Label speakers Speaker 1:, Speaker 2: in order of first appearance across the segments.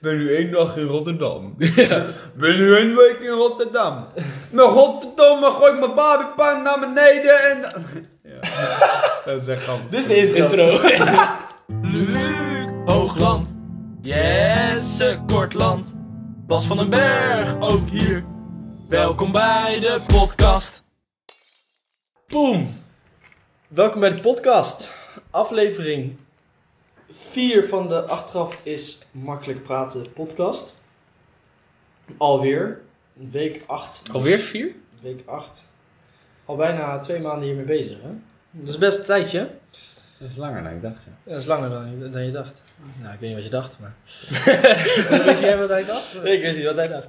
Speaker 1: ben nu één dag in Rotterdam. ben nu één week in Rotterdam. Maar godverdomme, gooi mijn babypan naar beneden en... Ja, dat is echt grappig.
Speaker 2: Dit is de intro.
Speaker 3: Luc Hoogland. Jesse Kortland. Bas van den Berg ook hier. Welkom bij de podcast.
Speaker 2: Boom. Welkom bij de podcast. Aflevering 4 van de Achteraf is Makkelijk Praten podcast. Alweer. Week 8.
Speaker 4: Alweer vier?
Speaker 2: Week 8. Al bijna twee maanden hiermee bezig, hè? Dat is best een tijdje. hè?
Speaker 4: Dat is langer dan ik dacht. Ja.
Speaker 2: Dat is langer dan, je- dan je dacht. Nou, ik weet niet wat je dacht, maar... Wist jij wat hij dacht? Ik wist niet wat hij dacht.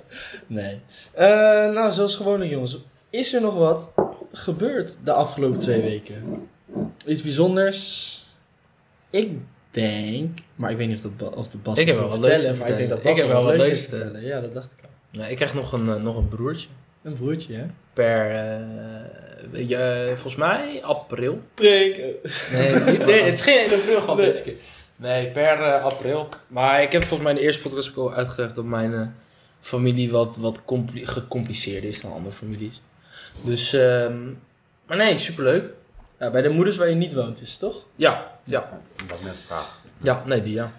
Speaker 2: Nee. Eh, nou, zoals gewoonlijk, jongens. Is er nog wat gebeurd de afgelopen twee weken? Iets bijzonders? Ik denk... Maar ik weet niet of, dat, Ba- of de Bas
Speaker 5: Ik heb
Speaker 2: het
Speaker 5: wel
Speaker 2: wil
Speaker 5: wat leuks
Speaker 2: vertellen,
Speaker 5: te
Speaker 2: maar ik denk dat
Speaker 5: vertellen. Ik
Speaker 2: Bas
Speaker 5: heb wel wat
Speaker 2: leuks
Speaker 5: leuks
Speaker 2: heeft
Speaker 5: te
Speaker 2: Ja, dat dacht ik al.
Speaker 5: Nou, ik krijg nog een, eh, nog een broertje.
Speaker 2: Een broertje, hè?
Speaker 5: Per, eh, weet je, eh, volgens mij, april.
Speaker 2: Prik!
Speaker 5: Nee, niet- nee het is geen 1 april grap
Speaker 2: Nee.
Speaker 5: deze keer. Nee, per eh, april. Maar ik heb volgens mij in de eerste podcast ook al uitgelegd dat mijn eh, familie wat, wat compli- gecompliceerder is dan andere families. Dus, ehm, maar nee, superleuk.
Speaker 2: Ja, bij de moeders waar je niet woont is, toch?
Speaker 5: Ja, ja.
Speaker 4: Dat net vraag.
Speaker 5: Ja, nee, die ja.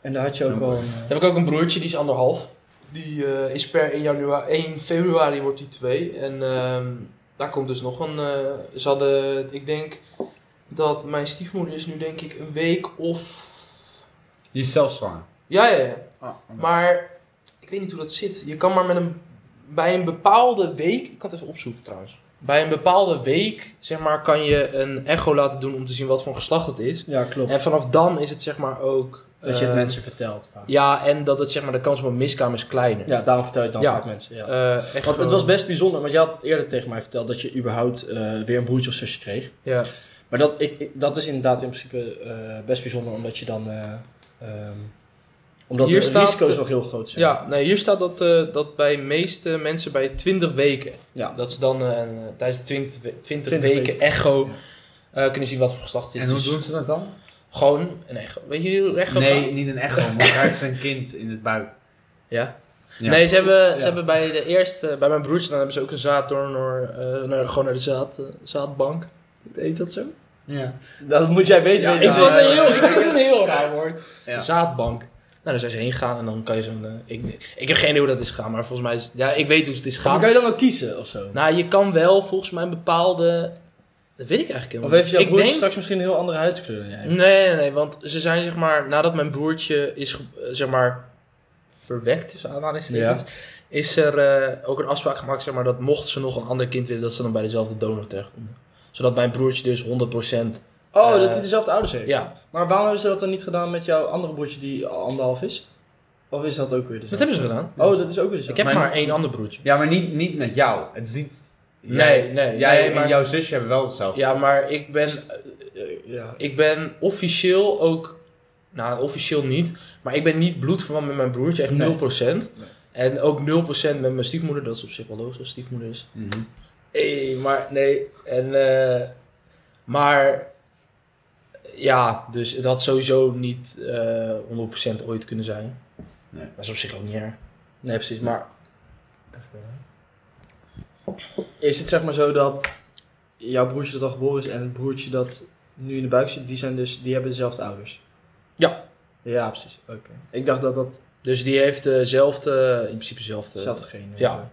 Speaker 2: En daar had je ook al een... eh,
Speaker 5: Dan heb ik ook een broertje, die is anderhalf. Die eh, is per 1, januari, 1 februari wordt hij 2. En ehm, daar komt dus nog een. eh, ze hadden, ik denk dat mijn stiefmoeder is nu denk ik een week of.
Speaker 4: Die is zelf zwanger.
Speaker 5: Ja, ja, ja.
Speaker 4: Ah,
Speaker 5: Maar ik weet niet hoe dat zit. Je kan maar met een. Bij een bepaalde week. Ik kan het even opzoeken trouwens. Bij een bepaalde week, zeg maar, kan je een echo laten doen om te zien wat voor een geslacht het is.
Speaker 2: Ja, klopt.
Speaker 5: En vanaf dan is het zeg maar ook.
Speaker 2: Dat je het
Speaker 5: eh,
Speaker 2: mensen vertelt vaak.
Speaker 5: Ja, en dat het zeg maar de kans op een miskraam is kleiner.
Speaker 2: Ja, daarom vertel je het dan
Speaker 5: Ja.
Speaker 2: vaak mensen. Ja.
Speaker 5: Eh, echt
Speaker 2: Want het
Speaker 5: gewoon-
Speaker 2: was best bijzonder, want je had eerder tegen mij verteld dat je überhaupt eh, weer een broertje of zusje kreeg.
Speaker 5: Ja.
Speaker 2: Maar dat, ik, ik- dat is inderdaad in principe eh, best bijzonder, omdat je dan. eh, ehm, omdat
Speaker 5: Hier
Speaker 2: de
Speaker 5: staat-
Speaker 2: risico's nog heel groot zijn.
Speaker 5: ja, nee, hier staat dat, eh, dat bij meeste mensen bij 20 weken,
Speaker 2: Ja.
Speaker 5: dat ze dan eh, een- tijdens 20, we- 20
Speaker 2: 20
Speaker 5: weken,
Speaker 2: weken.
Speaker 5: echo eh, kunnen zien wat voor geslacht het is.
Speaker 4: en hoe
Speaker 5: Dus
Speaker 4: doen ze dat dan?
Speaker 5: Gewoon een echo. Weet je hoe echo
Speaker 4: Nee,
Speaker 5: gaat?
Speaker 4: niet een echo, maar hij is een kind in het buik.
Speaker 5: Ja.
Speaker 4: Ja.
Speaker 5: Nee, ze hebben, ze
Speaker 4: Ja.
Speaker 5: hebben bij de eerste, bij mijn broertje, dan hebben ze ook een zaaddonor, eh, naar- gewoon naar de zaad, eh, zaadbank. Weet dat zo?
Speaker 4: Ja.
Speaker 2: Dat moet jij weten.
Speaker 5: Ja,
Speaker 2: weet
Speaker 5: ik
Speaker 2: je.
Speaker 5: vind het een heel, ik vind het een heel raar woord.
Speaker 4: Ja.
Speaker 5: De Zaadbank. Nou, daar zijn ze heen gegaan en dan kan je zo'n... eh, ik, ik heb geen idee hoe dat is gegaan, maar volgens mij... Is, ja, ik weet hoe het is
Speaker 2: Maar
Speaker 5: gegaan.
Speaker 2: kan je dan ook kiezen of zo?
Speaker 5: Nou, je kan wel volgens mij een bepaalde... Dat weet ik eigenlijk helemaal
Speaker 2: of heeft jouw
Speaker 5: niet.
Speaker 2: broertje
Speaker 5: ik denk...
Speaker 2: straks misschien een heel andere huidskleur? dan jij?
Speaker 5: Nee, nee, nee, want ze zijn zeg maar... Nadat mijn broertje is, ge- eh, zeg maar, verwekt, tussen aanhalingstekens... Is er eh, ook een afspraak gemaakt, zeg maar, dat mocht ze nog een ander kind willen... dat ze dan bij dezelfde donor terechtkomen. Zodat mijn broertje dus 100%...
Speaker 2: Oh, dat
Speaker 5: Eh,
Speaker 2: hij dezelfde ouders heeft.
Speaker 5: Ja,
Speaker 2: Maar waarom hebben ze dat dan niet gedaan met jouw andere broertje die al anderhalf is? Of is dat ook weer
Speaker 5: dat
Speaker 2: dezelfde?
Speaker 5: hebben ze gedaan.
Speaker 2: Oh, dat is ook weer dezelfde.
Speaker 5: Ik heb
Speaker 4: Mijn-
Speaker 5: maar één ander broertje.
Speaker 4: ja, maar niet, niet met jou. Het is niet...
Speaker 5: Nee,
Speaker 4: jij-
Speaker 5: nee,
Speaker 4: Jij
Speaker 5: nee,
Speaker 4: en
Speaker 5: maar-
Speaker 4: jouw zusje hebben wel hetzelfde.
Speaker 5: Ja, maar ik ben,
Speaker 2: Eh, ja.
Speaker 5: ik ben officieel ook... Nou, officieel niet. Maar ik ben niet bloedverwant met mijn broertje. Echt
Speaker 2: Nee.
Speaker 5: 0%. En ook 0% met mijn stiefmoeder. Dat is op zich wel logisch als stiefmoeder is.
Speaker 4: Mhm.
Speaker 5: Hey, maar nee. En, eh, maar ja, dus het had sowieso niet eh 100% ooit kunnen zijn.
Speaker 4: Nee.
Speaker 5: Dat is op zich ook niet erg.
Speaker 2: Nee, precies, maar. Is het zeg maar zo dat jouw broertje dat al geboren is en het broertje dat nu in de buik zit, die, zijn dus, die hebben dezelfde ouders?
Speaker 5: Ja.
Speaker 2: Ja, precies. Oké. Ik dacht dat dat
Speaker 5: Dus die heeft dezelfde, in principe dezelfde.
Speaker 2: hetzelfde geen.
Speaker 5: ja.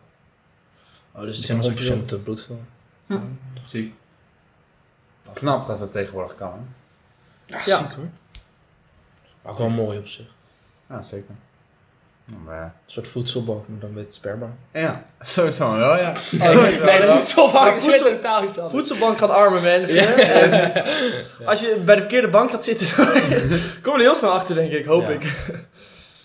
Speaker 2: Oh, dus
Speaker 5: Dus
Speaker 2: het
Speaker 5: zijn
Speaker 2: kan
Speaker 5: 100%
Speaker 2: sowieso-
Speaker 5: bloedverwant.
Speaker 4: Zie. Knap dat het tegenwoordig kan, hè?
Speaker 5: Ja,
Speaker 2: Ja.
Speaker 5: ziek hoor. Maar ook wel mooi op zich.
Speaker 4: Ja, zeker. Nou, maar-
Speaker 5: Een soort voedselbank, maar dan met sperma.
Speaker 4: Ja, sowieso wel, ja.
Speaker 2: nee, nee,
Speaker 4: wel.
Speaker 2: Maar
Speaker 5: voedselbank
Speaker 2: is weer
Speaker 5: totaal iets anders.
Speaker 2: Voedselbank gaat arme mensen. En Als je bij de verkeerde bank gaat zitten, kom je er heel snel achter, denk ik. Hoop
Speaker 5: Ja.
Speaker 2: ik.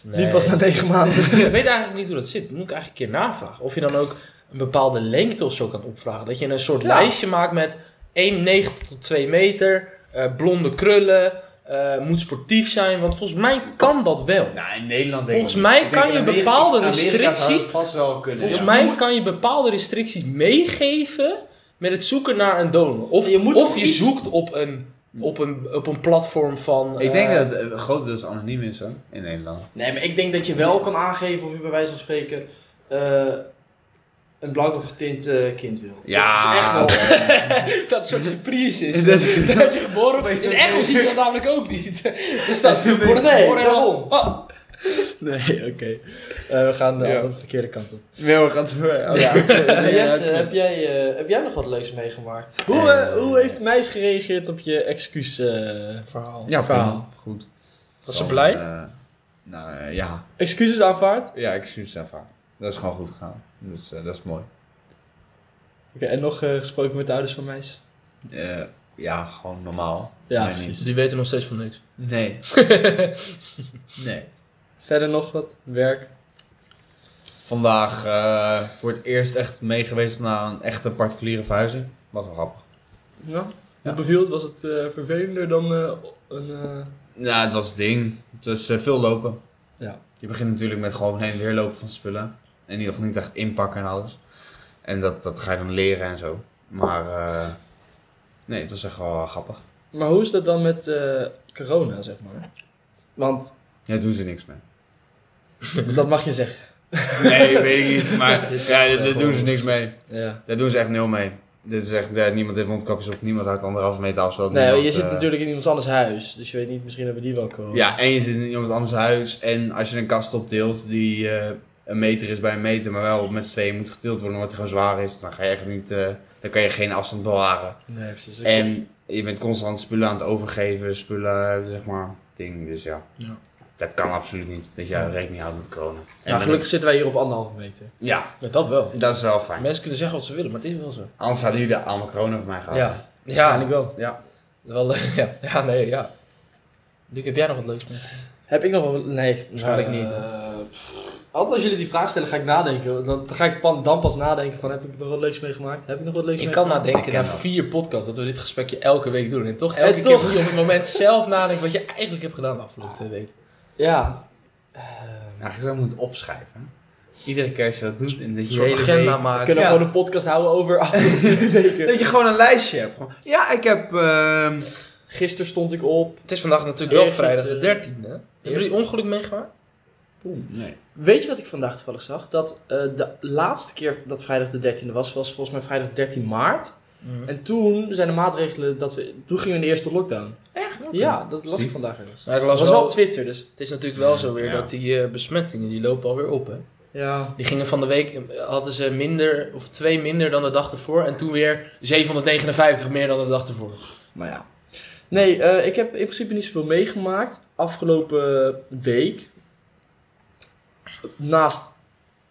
Speaker 5: Nee.
Speaker 2: Niet pas na negen maanden.
Speaker 5: Ik weet eigenlijk niet hoe dat zit. Dat moet ik eigenlijk een keer navragen. Of je dan ook een bepaalde lengte of zo kan opvragen. Dat je een soort
Speaker 2: Ja.
Speaker 5: lijstje maakt met 1,90 tot 2 meter, eh, blonde krullen, eh, moet sportief zijn. Want volgens mij kan dat wel.
Speaker 4: Nou, in Nederland denk
Speaker 5: Volgens
Speaker 4: ik
Speaker 5: mij
Speaker 4: niet. Ik denk
Speaker 5: kan je
Speaker 4: in Amerika-
Speaker 5: bepaalde
Speaker 4: Amerika zou dat
Speaker 5: restricties-
Speaker 4: vast wel kunnen.
Speaker 5: Volgens
Speaker 4: ja.
Speaker 5: mij kan je bepaalde restricties meegeven met het zoeken naar een donor. Of
Speaker 2: Je moet
Speaker 5: of
Speaker 2: toch
Speaker 5: je
Speaker 2: iets-
Speaker 5: zoekt op een Op een, op een platform van.
Speaker 1: Ik denk
Speaker 5: eh,
Speaker 1: dat het eh, grotendeels anoniem is hoor, in Nederland.
Speaker 2: Nee, maar ik denk dat je wel kan aangeven of je bij wijze van spreken eh, een blank of getint eh, kind wil.
Speaker 1: Ja.
Speaker 2: Dat is echt wel dat soort surprise is. dat, je geboren bent. In Echo zie je dat namelijk ook niet. Dus dat
Speaker 6: Nee,
Speaker 2: wordt het
Speaker 6: nee,
Speaker 2: geboren en dan-
Speaker 6: daarom.
Speaker 2: Oh. Nee, oké. Eh, we gaan de
Speaker 1: Ja.
Speaker 2: andere verkeerde kant op.
Speaker 1: Nee, we gaan het ver.
Speaker 2: Ja,
Speaker 1: eh,
Speaker 2: Jesse,
Speaker 1: ja,
Speaker 2: heb, jij, eh, heb jij nog wat leuks meegemaakt? Hoe,
Speaker 1: Hoe, eh,
Speaker 2: hoe heeft Meis gereageerd op je excuus? eh,
Speaker 5: verhaal.
Speaker 1: Ja,
Speaker 2: Verhaal.
Speaker 1: prima. goed.
Speaker 5: Was ze
Speaker 1: Dan,
Speaker 5: blij?
Speaker 1: eh, nou eh, ja.
Speaker 2: excuses aanvaard? Oké,
Speaker 1: Ja, ik stuur het zelf aan. Dat is gewoon goed gegaan. Dus eh, dat is mooi.
Speaker 2: en nog eh, gesproken met de ouders van Meis?
Speaker 1: Eh, ja, gewoon normaal.
Speaker 2: Ja,
Speaker 1: Nee,
Speaker 2: precies.
Speaker 5: Die weten nog steeds van niks.
Speaker 1: niet. Nee. nee.
Speaker 2: Verder nog wat werk?
Speaker 1: Vandaag eh, voor het eerst echt meegeweest naar een echte particuliere verhuizing. Was wel grappig.
Speaker 2: Ja.
Speaker 1: Ja.
Speaker 2: Beviel het? Was het eh, vervelender dan eh, een... eh,
Speaker 1: Nou, het was het ding. Het is eh, veel lopen.
Speaker 2: Ja.
Speaker 1: Je begint natuurlijk met gewoon heen en weer lopen van spullen. En die nog niet echt inpakken en alles. En dat, dat ga je dan leren en zo. Maar eh, nee, het was echt wel grappig.
Speaker 2: Maar hoe is dat dan met eh, corona, zeg maar? Want
Speaker 1: Ja, doen ze niks mee.
Speaker 2: dat mag je zeggen.
Speaker 1: Nee, weet ik niet. Maar ja, daar doen ze niks mee.
Speaker 2: Ja.
Speaker 1: Daar doen ze echt nul mee. Dit is echt, ja, niemand heeft mondkapjes op, niemand houdt anderhalve meter afstand.
Speaker 2: Nee,
Speaker 1: niemand,
Speaker 2: je zit
Speaker 1: eh,
Speaker 2: natuurlijk in iemands anders huis. Dus je weet niet, misschien hebben die wel corona.
Speaker 1: Ja, en je zit in iemand anders huis. En als je een kast opdeelt die eh, een meter is bij een meter, maar wel met z'n tweeën moet gedeeld worden omdat hij gewoon zwaar is, dan ga je echt niet, eh, dan kan je geen afstand bewaren.
Speaker 2: Nee, precies.
Speaker 1: En je bent constant spullen aan het overgeven, spullen, eh, zeg maar, ding. Dus ja,
Speaker 5: Ja.
Speaker 1: dat kan absoluut niet. Dat je rekening houdt met corona. En
Speaker 5: Ja, Nou, gelukkig zitten wij hier op anderhalve meter.
Speaker 1: Ja,
Speaker 5: Ja, dat wel.
Speaker 1: dat is wel fijn.
Speaker 5: Mensen kunnen zeggen wat ze willen, maar het is wel zo.
Speaker 1: Anders hadden jullie allemaal corona van mij gehad.
Speaker 5: Ja.
Speaker 2: Waarschijnlijk
Speaker 5: Ja.
Speaker 2: wel.
Speaker 1: Ja.
Speaker 5: Wel, eh, ja. Ja, nee, ja. Luc, heb jij nog wat leuks? te zeggen?
Speaker 2: Heb ik nog wel... Nee.
Speaker 5: Waarschijnlijk
Speaker 2: eh,
Speaker 5: niet, hè?
Speaker 2: pff. Altijd als jullie die vraag stellen, ga ik nadenken. Dan dan ga ik pan- dan pas nadenken van, heb ik nog wat leuks meegemaakt? Heb ik nog wat leuks
Speaker 5: Ik kan
Speaker 2: meegemaakt?
Speaker 5: nadenken
Speaker 1: Ik ken
Speaker 5: na
Speaker 1: dat.
Speaker 5: vier podcasts dat we dit gesprekje elke week doen. En toch elke
Speaker 2: En
Speaker 5: keer
Speaker 2: toch.
Speaker 5: moet je op het moment zelf nadenken wat je eigenlijk hebt gedaan de afgelopen twee weken.
Speaker 2: Ja. Eh,
Speaker 1: Eigenlijk zou je moet opschrijven. Iedere keer als je dat doet en dat je
Speaker 5: Zo'n
Speaker 1: hele
Speaker 5: agenda
Speaker 1: week-
Speaker 2: we
Speaker 5: maken.
Speaker 2: kunnen
Speaker 1: Ja.
Speaker 2: gewoon een podcast houden over afgelopen twee weken.
Speaker 1: Dat je gewoon een lijstje hebt. Gewoon, ja, ik heb... ehm,
Speaker 2: Gisteren stond ik op.
Speaker 5: Het is vandaag natuurlijk wel
Speaker 2: Eergisteren-
Speaker 5: vrijdag de 13e. Hebben jullie ongeluk meegemaakt?
Speaker 1: nee.
Speaker 2: Weet je wat ik vandaag toevallig zag? Dat eh, de laatste keer dat vrijdag de 13e was, was volgens mij vrijdag 13 maart.
Speaker 5: Mhm.
Speaker 2: En toen zijn de maatregelen dat we. Toen gingen we in de eerste lockdown.
Speaker 5: Echt? Oké.
Speaker 2: Ja, dat las
Speaker 1: Zie.
Speaker 2: ik vandaag eens.
Speaker 5: Maar ik
Speaker 2: Dat
Speaker 5: las
Speaker 2: was wel
Speaker 5: wel,
Speaker 2: op Twitter, dus.
Speaker 5: het is natuurlijk wel zo weer
Speaker 1: Ja.
Speaker 5: dat die eh, besmettingen die lopen alweer op. Hè?
Speaker 2: Ja.
Speaker 5: Die gingen van de week, eh, hadden ze minder of twee minder dan de dag ervoor. En toen weer 759 meer dan de dag ervoor.
Speaker 1: Nou
Speaker 2: Maar ja. Nee, eh, ik heb in principe niet zoveel meegemaakt afgelopen week. Naast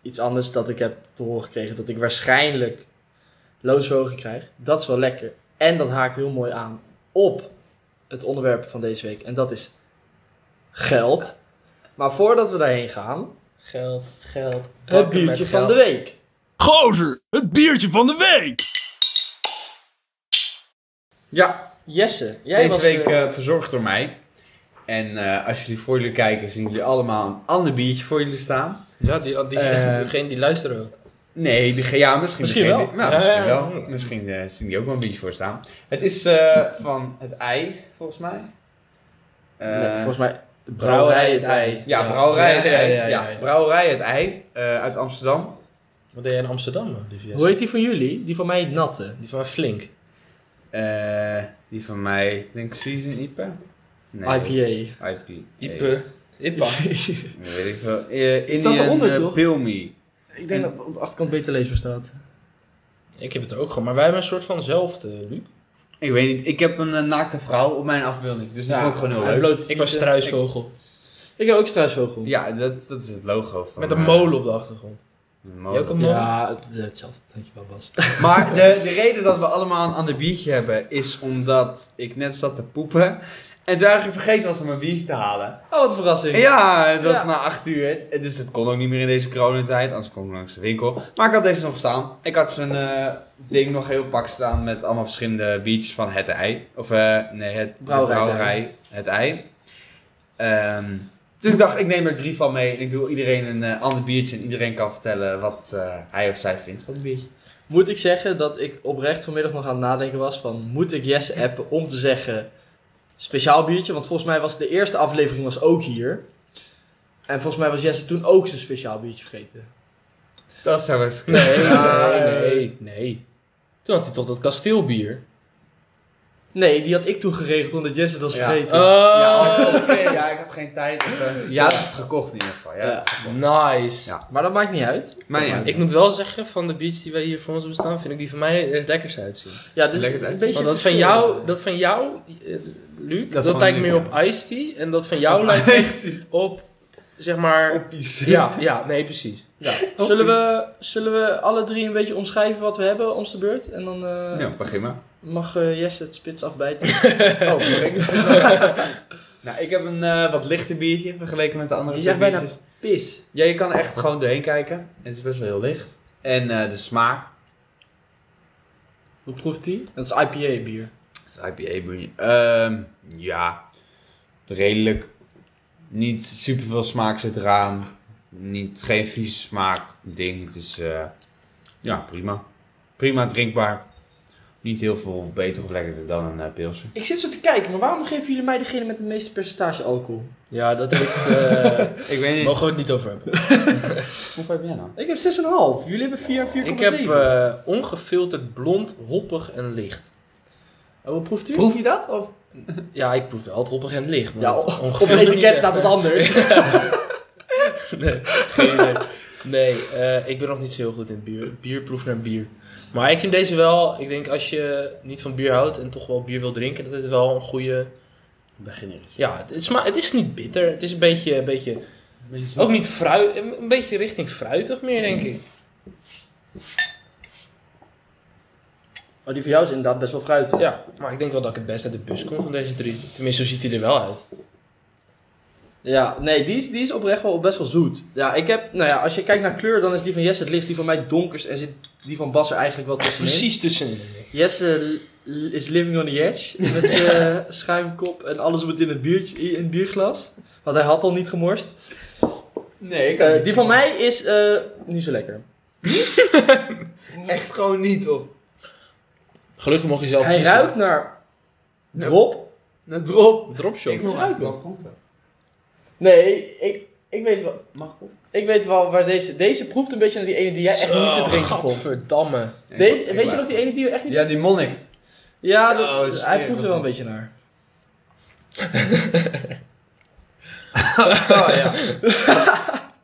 Speaker 2: iets anders dat ik heb te horen gekregen dat ik waarschijnlijk loonsverhoging krijg. Dat is wel lekker. En dat haakt heel mooi aan op het onderwerp van deze week. En dat is geld. Maar voordat we daarheen gaan,
Speaker 5: Geld, geld.
Speaker 2: het biertje van de week.
Speaker 3: Gozer, het biertje van de week!
Speaker 1: Ja,
Speaker 2: Jesse, jij
Speaker 1: deze
Speaker 2: was...
Speaker 1: week
Speaker 2: eh,
Speaker 1: eh, verzorgd door mij. En eh, als jullie voor jullie kijken, zien jullie allemaal een ander biertje voor jullie staan.
Speaker 5: Ja, die, die,
Speaker 1: Eh,
Speaker 5: diegene die luisteren ook.
Speaker 1: Nee, die, ja, misschien,
Speaker 2: Misschien
Speaker 1: degene
Speaker 2: wel.
Speaker 1: die- nou,
Speaker 5: Ja,
Speaker 1: misschien
Speaker 5: ja, ja.
Speaker 1: wel. Misschien eh, zien die ook wel een biertje voor staan. Het is eh, van het ei, volgens mij. Eh,
Speaker 2: nee, volgens mij...
Speaker 5: Brouwerij Het Ei.
Speaker 1: ja, Brouwerij het
Speaker 5: Ja, ja,
Speaker 1: ei.
Speaker 5: ja, ja, ja.
Speaker 1: Ja, Brouwerij het ei eh, uit Amsterdam.
Speaker 5: Wat deed jij in Amsterdam, eh, lieve Jesse?
Speaker 2: Hoe heet die van jullie? Die van mij natte.
Speaker 5: Die van mij Flink.
Speaker 1: Eh, die van mij, ik denk Season IPA? Nee,
Speaker 2: IPA.
Speaker 1: IP.
Speaker 5: Ipe. Ipa.
Speaker 1: Weet ik veel. Eh,
Speaker 2: Staat
Speaker 1: Indian
Speaker 2: eronder,
Speaker 1: eh,
Speaker 2: toch?
Speaker 1: Bill Me.
Speaker 2: Ik denk dat op de achterkant beter leesbaar staat.
Speaker 5: Ik heb het er ook gewoon. Maar wij hebben een soort vanzelfde, Luc.
Speaker 1: Ik weet niet, ik heb een eh, naakte vrouw op mijn afbeelding, dus dat
Speaker 2: Ja,
Speaker 1: vond ik gewoon heel
Speaker 2: hij
Speaker 1: leuk.
Speaker 2: bloot-
Speaker 5: Ik was struisvogel.
Speaker 2: eh, Ik heb ook struisvogel.
Speaker 1: Ja, dat, dat is het logo van...
Speaker 5: Met een
Speaker 1: eh,
Speaker 5: molen op de achtergrond.
Speaker 1: een
Speaker 5: Jij ook
Speaker 1: molen.
Speaker 5: een molen?
Speaker 2: Ja, het- hetzelfde. Dankjewel Bas.
Speaker 1: Maar de, de reden dat we allemaal een ander biertje hebben, is omdat ik net zat te poepen. En toen eigenlijk vergeten was om mijn biertje te halen.
Speaker 2: Oh, wat een verrassing.
Speaker 1: En ja, het was
Speaker 2: Ja.
Speaker 1: na acht uur, eh, dus het kon ook niet meer in deze coronatijd, anders kon ik langs de winkel. Maar ik had deze nog staan. Ik had zo'n eh, ding nog heel pak staan met allemaal verschillende biertjes van het ei. Of eh, nee, het de
Speaker 2: Brouwerij Het
Speaker 1: brouwerij, het ei. Ehm, dus ik dacht, ik neem er drie van mee en ik doe iedereen een eh, ander biertje en iedereen kan vertellen wat eh, hij of zij vindt van het biertje.
Speaker 2: Moet ik zeggen dat ik oprecht vanmiddag nog aan het nadenken was van... Moet ik Jesse appen om te zeggen speciaal biertje. Want volgens mij was de eerste aflevering was ook hier. En volgens mij was Jesse toen ook zijn speciaal biertje vergeten.
Speaker 4: Dat zou best kunnen.
Speaker 5: Nee,
Speaker 2: Ja,
Speaker 5: nee,
Speaker 1: eh,
Speaker 5: nee, nee. Toen had hij toch dat kasteelbier.
Speaker 2: Nee, die had ik toen geregeld omdat Jesse het was
Speaker 4: Ja.
Speaker 2: vergeten.
Speaker 5: Oh,
Speaker 4: oké. Ja, ik had geen tijd. Dus, eh, ja, dat is gekocht in ieder geval. Ja.
Speaker 2: Ja. Oh.
Speaker 5: nice.
Speaker 4: Ja.
Speaker 2: Maar dat maakt niet uit.
Speaker 4: Maar ja,
Speaker 5: Ik moet wel zeggen, van de biertjes die wij hier voor ons hebben staan, vind ik die van mij er het lekkers uitzien.
Speaker 2: Ja, dus
Speaker 4: Lekker
Speaker 2: een
Speaker 4: uit.
Speaker 2: beetje
Speaker 5: Want dat van
Speaker 2: verschil.
Speaker 5: jou, dat van jou, eh, Luc,
Speaker 4: Dat
Speaker 5: dat,
Speaker 4: is van
Speaker 5: lijkt
Speaker 4: Luc,
Speaker 5: meer op
Speaker 4: ja.
Speaker 5: iced tea. En dat van jou lijkt echt op, zeg maar... Ja, ja, nee, precies.
Speaker 2: Ja.
Speaker 5: Oh,
Speaker 2: Zullen, we, zullen we alle drie een beetje omschrijven wat we hebben, ons de beurt? En dan eh,
Speaker 4: ja, begin maar.
Speaker 2: mag eh, Jesse het spits afbijten.
Speaker 4: Oh, ik? nou, ik heb een eh, wat lichter biertje vergeleken met de andere
Speaker 2: Je
Speaker 4: twee
Speaker 2: zegt bijna
Speaker 4: biertjes.
Speaker 2: pis.
Speaker 4: Ja, je kan er echt gewoon doorheen kijken. En het is best wel heel licht. En eh, de smaak.
Speaker 2: Hoe proeft die? Dat is IPA bier.
Speaker 4: Dat is IPA biertje. Ehm, ja, redelijk. Niet super veel smaak zit eraan. Niet, geen vieze smaak. Ik denk, het is eh, ja, prima. Prima drinkbaar. Niet heel veel beter of lekkerder dan een eh, pilsje.
Speaker 2: Ik zit zo te kijken, maar waarom geven jullie mij degene met het meeste percentage alcohol?
Speaker 5: Ja, dat heeft... eh,
Speaker 4: Ik weet niet.
Speaker 5: mogen we het niet over hebben.
Speaker 4: Hoeveel heb jij nou?
Speaker 2: Ik heb 6,5. Jullie hebben 4 en 4,7.
Speaker 5: Ik heb eh, ongefilterd, blond, hoppig en licht.
Speaker 2: Oh, hoe proeft u?
Speaker 4: Proef je dat? Of?
Speaker 5: Ja, ik proef wel het hoppig en het licht. maar
Speaker 2: ja,
Speaker 5: dat
Speaker 2: op, op het
Speaker 5: ongefilterd niet
Speaker 2: etiket
Speaker 5: echt.
Speaker 2: staat wat anders.
Speaker 5: Nee, geen idee. Nee, eh, ik ben nog niet zo heel goed in bier. Bierproef naar bier. Maar ik vind deze wel, ik denk als je niet van bier houdt en toch wel bier wil drinken, dat het wel een goede...
Speaker 4: Beginner.
Speaker 5: Ja, het is, maar het is niet bitter. Het is een beetje, een beetje ook niet fruit, een een beetje richting fruitig meer, denk ik.
Speaker 2: Oh, die voor jou is inderdaad best wel fruitig.
Speaker 5: Ja, maar ik denk wel dat ik het best uit de bus kom van deze drie. Tenminste, zo ziet hij er wel uit.
Speaker 2: Ja, nee, die is, die is oprecht wel best wel zoet. Ja, ik heb, nou ja, als je kijkt naar kleur, dan is die van Jesse het licht, die van mij donkerst en zit die van Bas er eigenlijk wel tussenin.
Speaker 5: Precies tussenin. denk ik.
Speaker 2: Jesse l- is living on the edge, met zijn eh, schuimkop en alles moet in het, biertje, in het bierglas, want hij had al niet gemorst.
Speaker 4: Nee, ik
Speaker 2: Eh, die van mij is eh, niet zo lekker.
Speaker 4: echt gewoon niet op.
Speaker 5: Gelukkig mocht je zelf
Speaker 2: Hij
Speaker 5: kiezen.
Speaker 2: ruikt naar drop.
Speaker 4: Een drop.
Speaker 5: Dropshot.
Speaker 4: Ik moet ruiken. Mag proeven.
Speaker 2: Nee, ik, ik weet wel...
Speaker 4: Mag
Speaker 2: Ik weet wel waar deze... Deze proeft een beetje naar die ene die jij echt niet
Speaker 5: Oh,
Speaker 2: te drinken vond.
Speaker 5: Verdamme.
Speaker 2: Deze, weet je nog die ene die we echt niet...
Speaker 4: Ja, die monnik.
Speaker 2: Ja,
Speaker 4: Zo,
Speaker 2: dat-
Speaker 4: smerig
Speaker 2: hij proeft
Speaker 4: was
Speaker 2: er wel een
Speaker 4: dat.
Speaker 2: beetje naar.
Speaker 4: Oh ja. Hij zegt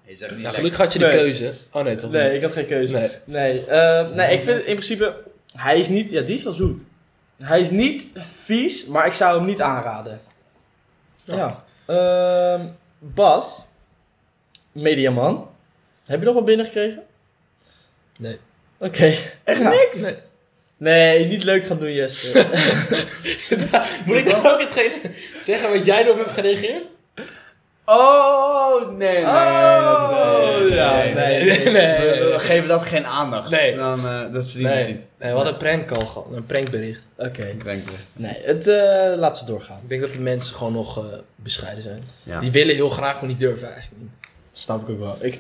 Speaker 4: niet
Speaker 5: Ja,
Speaker 4: lekker.
Speaker 5: gelukkig had je de
Speaker 2: Nee.
Speaker 5: keuze. Oh nee, toch
Speaker 2: Nee,
Speaker 5: niet.
Speaker 2: ik had geen keuze.
Speaker 5: Nee.
Speaker 2: Nee, eh, nee, ik vind in principe... Hij is niet... Ja, die is wel zoet. Hij is niet vies, maar ik zou hem niet aanraden.
Speaker 5: Ja.
Speaker 2: Ja. Ehm, Bas, mediaman. Heb je nog wat binnengekregen?
Speaker 5: Nee.
Speaker 2: Oké. Echt niks? Nee. niet leuk gaan doen, Jesse.
Speaker 5: Moet ik dan ook hetgene zeggen wat jij erop hebt gereageerd?
Speaker 4: Oh, nee, nee.
Speaker 2: Oh,
Speaker 4: dat-
Speaker 2: ja, nee, nee,
Speaker 5: nee, nee,
Speaker 4: We,
Speaker 5: nee.
Speaker 4: we geven dat geen aandacht.
Speaker 5: Nee.
Speaker 4: Dan, eh, dat verdient
Speaker 5: Nee.
Speaker 4: het niet.
Speaker 5: Nee, we hadden een prank al gehad, een prankbericht.
Speaker 2: Oké.
Speaker 4: Ik denk het.
Speaker 2: Nee, het, eh, laten we doorgaan.
Speaker 5: Ik denk dat de mensen gewoon nog eh, bescheiden zijn.
Speaker 4: Ja.
Speaker 5: Die willen heel graag, maar niet durven eigenlijk niet.
Speaker 2: Snap ik ook wel. Ik,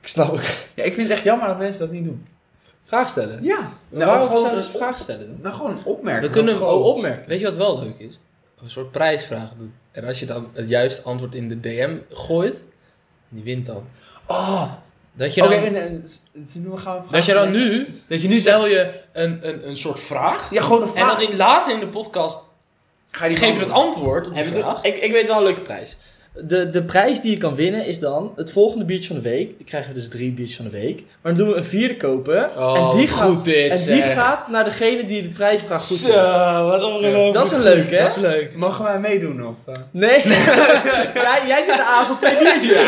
Speaker 2: ik snap ook.
Speaker 4: Ja, ik vind het echt jammer dat mensen dat niet doen.
Speaker 2: Vraag stellen.
Speaker 4: Ja.
Speaker 2: Nou,
Speaker 4: Nou,
Speaker 2: Waarom
Speaker 4: gewoon,
Speaker 2: zouden ze
Speaker 4: een op-
Speaker 2: vraag stellen? dan?
Speaker 4: nou, gewoon een opmerking.
Speaker 5: We kunnen
Speaker 4: Dat
Speaker 5: hem
Speaker 4: gewoon-
Speaker 5: ook opmerken. Weet je wat wel leuk is? Een soort prijsvraag doen. En als je dan het juiste antwoord in de DM gooit, die wint dan.
Speaker 4: Oh,
Speaker 5: Dat je
Speaker 4: oké.
Speaker 5: dan,
Speaker 4: en, en, s- s- nu gaan we vragen.
Speaker 5: dat je dan nu,
Speaker 4: Dat je nu zegt.
Speaker 5: stel je een, een, een soort vraag.
Speaker 4: Ja, gewoon een
Speaker 5: En
Speaker 4: vraag.
Speaker 5: dan in, later in de podcast
Speaker 4: Ga je die
Speaker 5: geef je het
Speaker 4: antwoord.
Speaker 5: antwoord op die
Speaker 2: Heb ik,
Speaker 5: vraag.
Speaker 2: ik, ik weet wel een leuke prijs. De, de prijs die je kan winnen is dan het volgende biertje van de week. Die krijgen we dus drie biertjes van de week. Maar dan doen we een vierde kopen.
Speaker 5: Oh,
Speaker 2: en die,
Speaker 5: goed
Speaker 2: gaat,
Speaker 5: dit,
Speaker 2: en die
Speaker 5: zeg.
Speaker 2: gaat naar degene die de prijsvraag goed
Speaker 5: Zo,
Speaker 2: heeft.
Speaker 5: wat ongelooflijk.
Speaker 2: Dat is een leuke, hè?
Speaker 5: Dat is leuk.
Speaker 4: Mogen wij meedoen? Of, eh?
Speaker 2: Nee, jij, jij zit de aas op twee biertjes.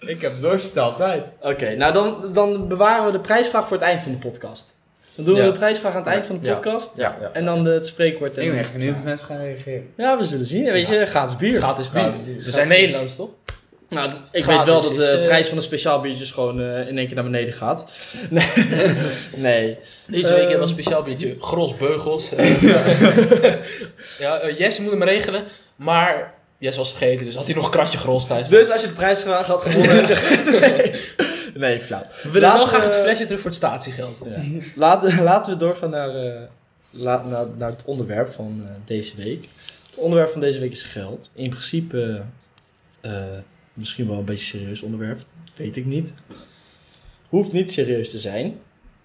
Speaker 4: ik heb dorst altijd.
Speaker 2: Oké, nou dan, dan bewaren we de prijsvraag voor het eind van de podcast. Dan doen we
Speaker 5: Ja.
Speaker 2: de prijsvraag aan het eind van de
Speaker 5: Ja.
Speaker 2: podcast.
Speaker 5: Ja, ja.
Speaker 2: En dan de, het spreekwoord. en-
Speaker 4: Ik ben echt benieuwd of mensen gaan reageren.
Speaker 2: Ja, we zullen zien. En weet
Speaker 5: Ja.
Speaker 2: je, gratis bier.
Speaker 5: Gratis bier.
Speaker 4: Gratis bier.
Speaker 5: We zijn Nederlands, toch?
Speaker 2: Nou, ik
Speaker 5: Gratis
Speaker 2: weet wel dat
Speaker 5: is,
Speaker 2: de
Speaker 5: eh,
Speaker 2: prijs van de speciaal biertjes gewoon eh, in één keer naar beneden gaat. Nee. nee.
Speaker 5: Deze week hebben we
Speaker 2: Ehm.
Speaker 5: een speciaal biertje. Gros Beugels. Eh, ja, eh, Jesse moet hem regelen. Maar Jesse was het vergeten, dus had hij nog een kratje Gros thuis.
Speaker 2: Dus als je de prijs graag had gewonnen. nee. nee, flauw.
Speaker 5: Nou, we willen wel
Speaker 2: laten
Speaker 5: graag het
Speaker 2: we-
Speaker 5: flesje terug voor het statiegeld.
Speaker 2: Laten, laten we doorgaan naar eh, la- naar, naar het onderwerp van eh, deze week. Het onderwerp van deze week is geld. In principe eh, eh, misschien wel een beetje een serieus onderwerp. Weet ik niet. Hoeft niet serieus te zijn,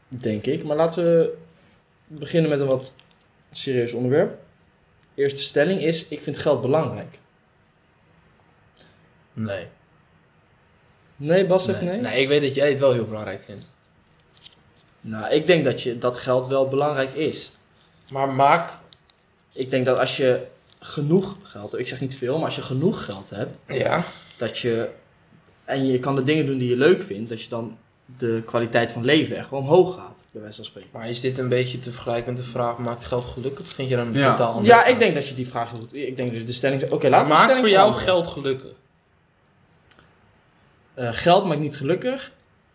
Speaker 2: denk ik. Maar laten we beginnen met een wat serieus onderwerp. Eerste stelling is: ik vind geld belangrijk.
Speaker 5: Nee.
Speaker 2: Nee, Bas zegt nee.
Speaker 5: nee. ik weet dat jij het wel heel belangrijk vindt.
Speaker 2: Nou, ik denk dat, je, dat geld wel belangrijk is.
Speaker 5: Maar maakt...
Speaker 2: Ik denk dat als je genoeg geld hebt, ik zeg niet veel, maar als je genoeg geld hebt,
Speaker 5: Ja.
Speaker 2: dat je en je kan de dingen doen die je leuk vindt, dat je dan de kwaliteit van leven echt wel omhoog gaat, bij wijze van spreken.
Speaker 5: Maar is dit een beetje te vergelijken met de vraag, maakt geld gelukkig? Of vind je dat een
Speaker 4: Ja.
Speaker 5: totaal andere
Speaker 2: Ja,
Speaker 5: vraag?
Speaker 2: ik denk dat je die vraag goed. Ik denk dat je de stelling. Oké, laat
Speaker 5: Maar maakt voor jou geld gelukkig?
Speaker 2: Eh, geld maakt niet gelukkig.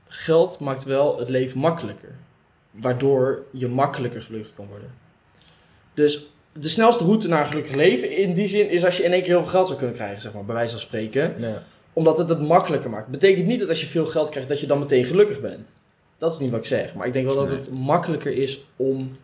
Speaker 2: Geld maakt wel het leven makkelijker, waardoor je makkelijker gelukkig kan worden. Dus de snelste route naar een gelukkig leven in die zin is als je in één keer heel veel geld zou kunnen krijgen, zeg maar, bij wijze van spreken.
Speaker 5: Ja.
Speaker 2: Omdat het het makkelijker maakt. Betekent niet dat als je veel geld krijgt, dat je dan meteen gelukkig bent. Dat is niet wat ik zeg. Maar ik denk wel dat
Speaker 4: Nee.
Speaker 2: het makkelijker is om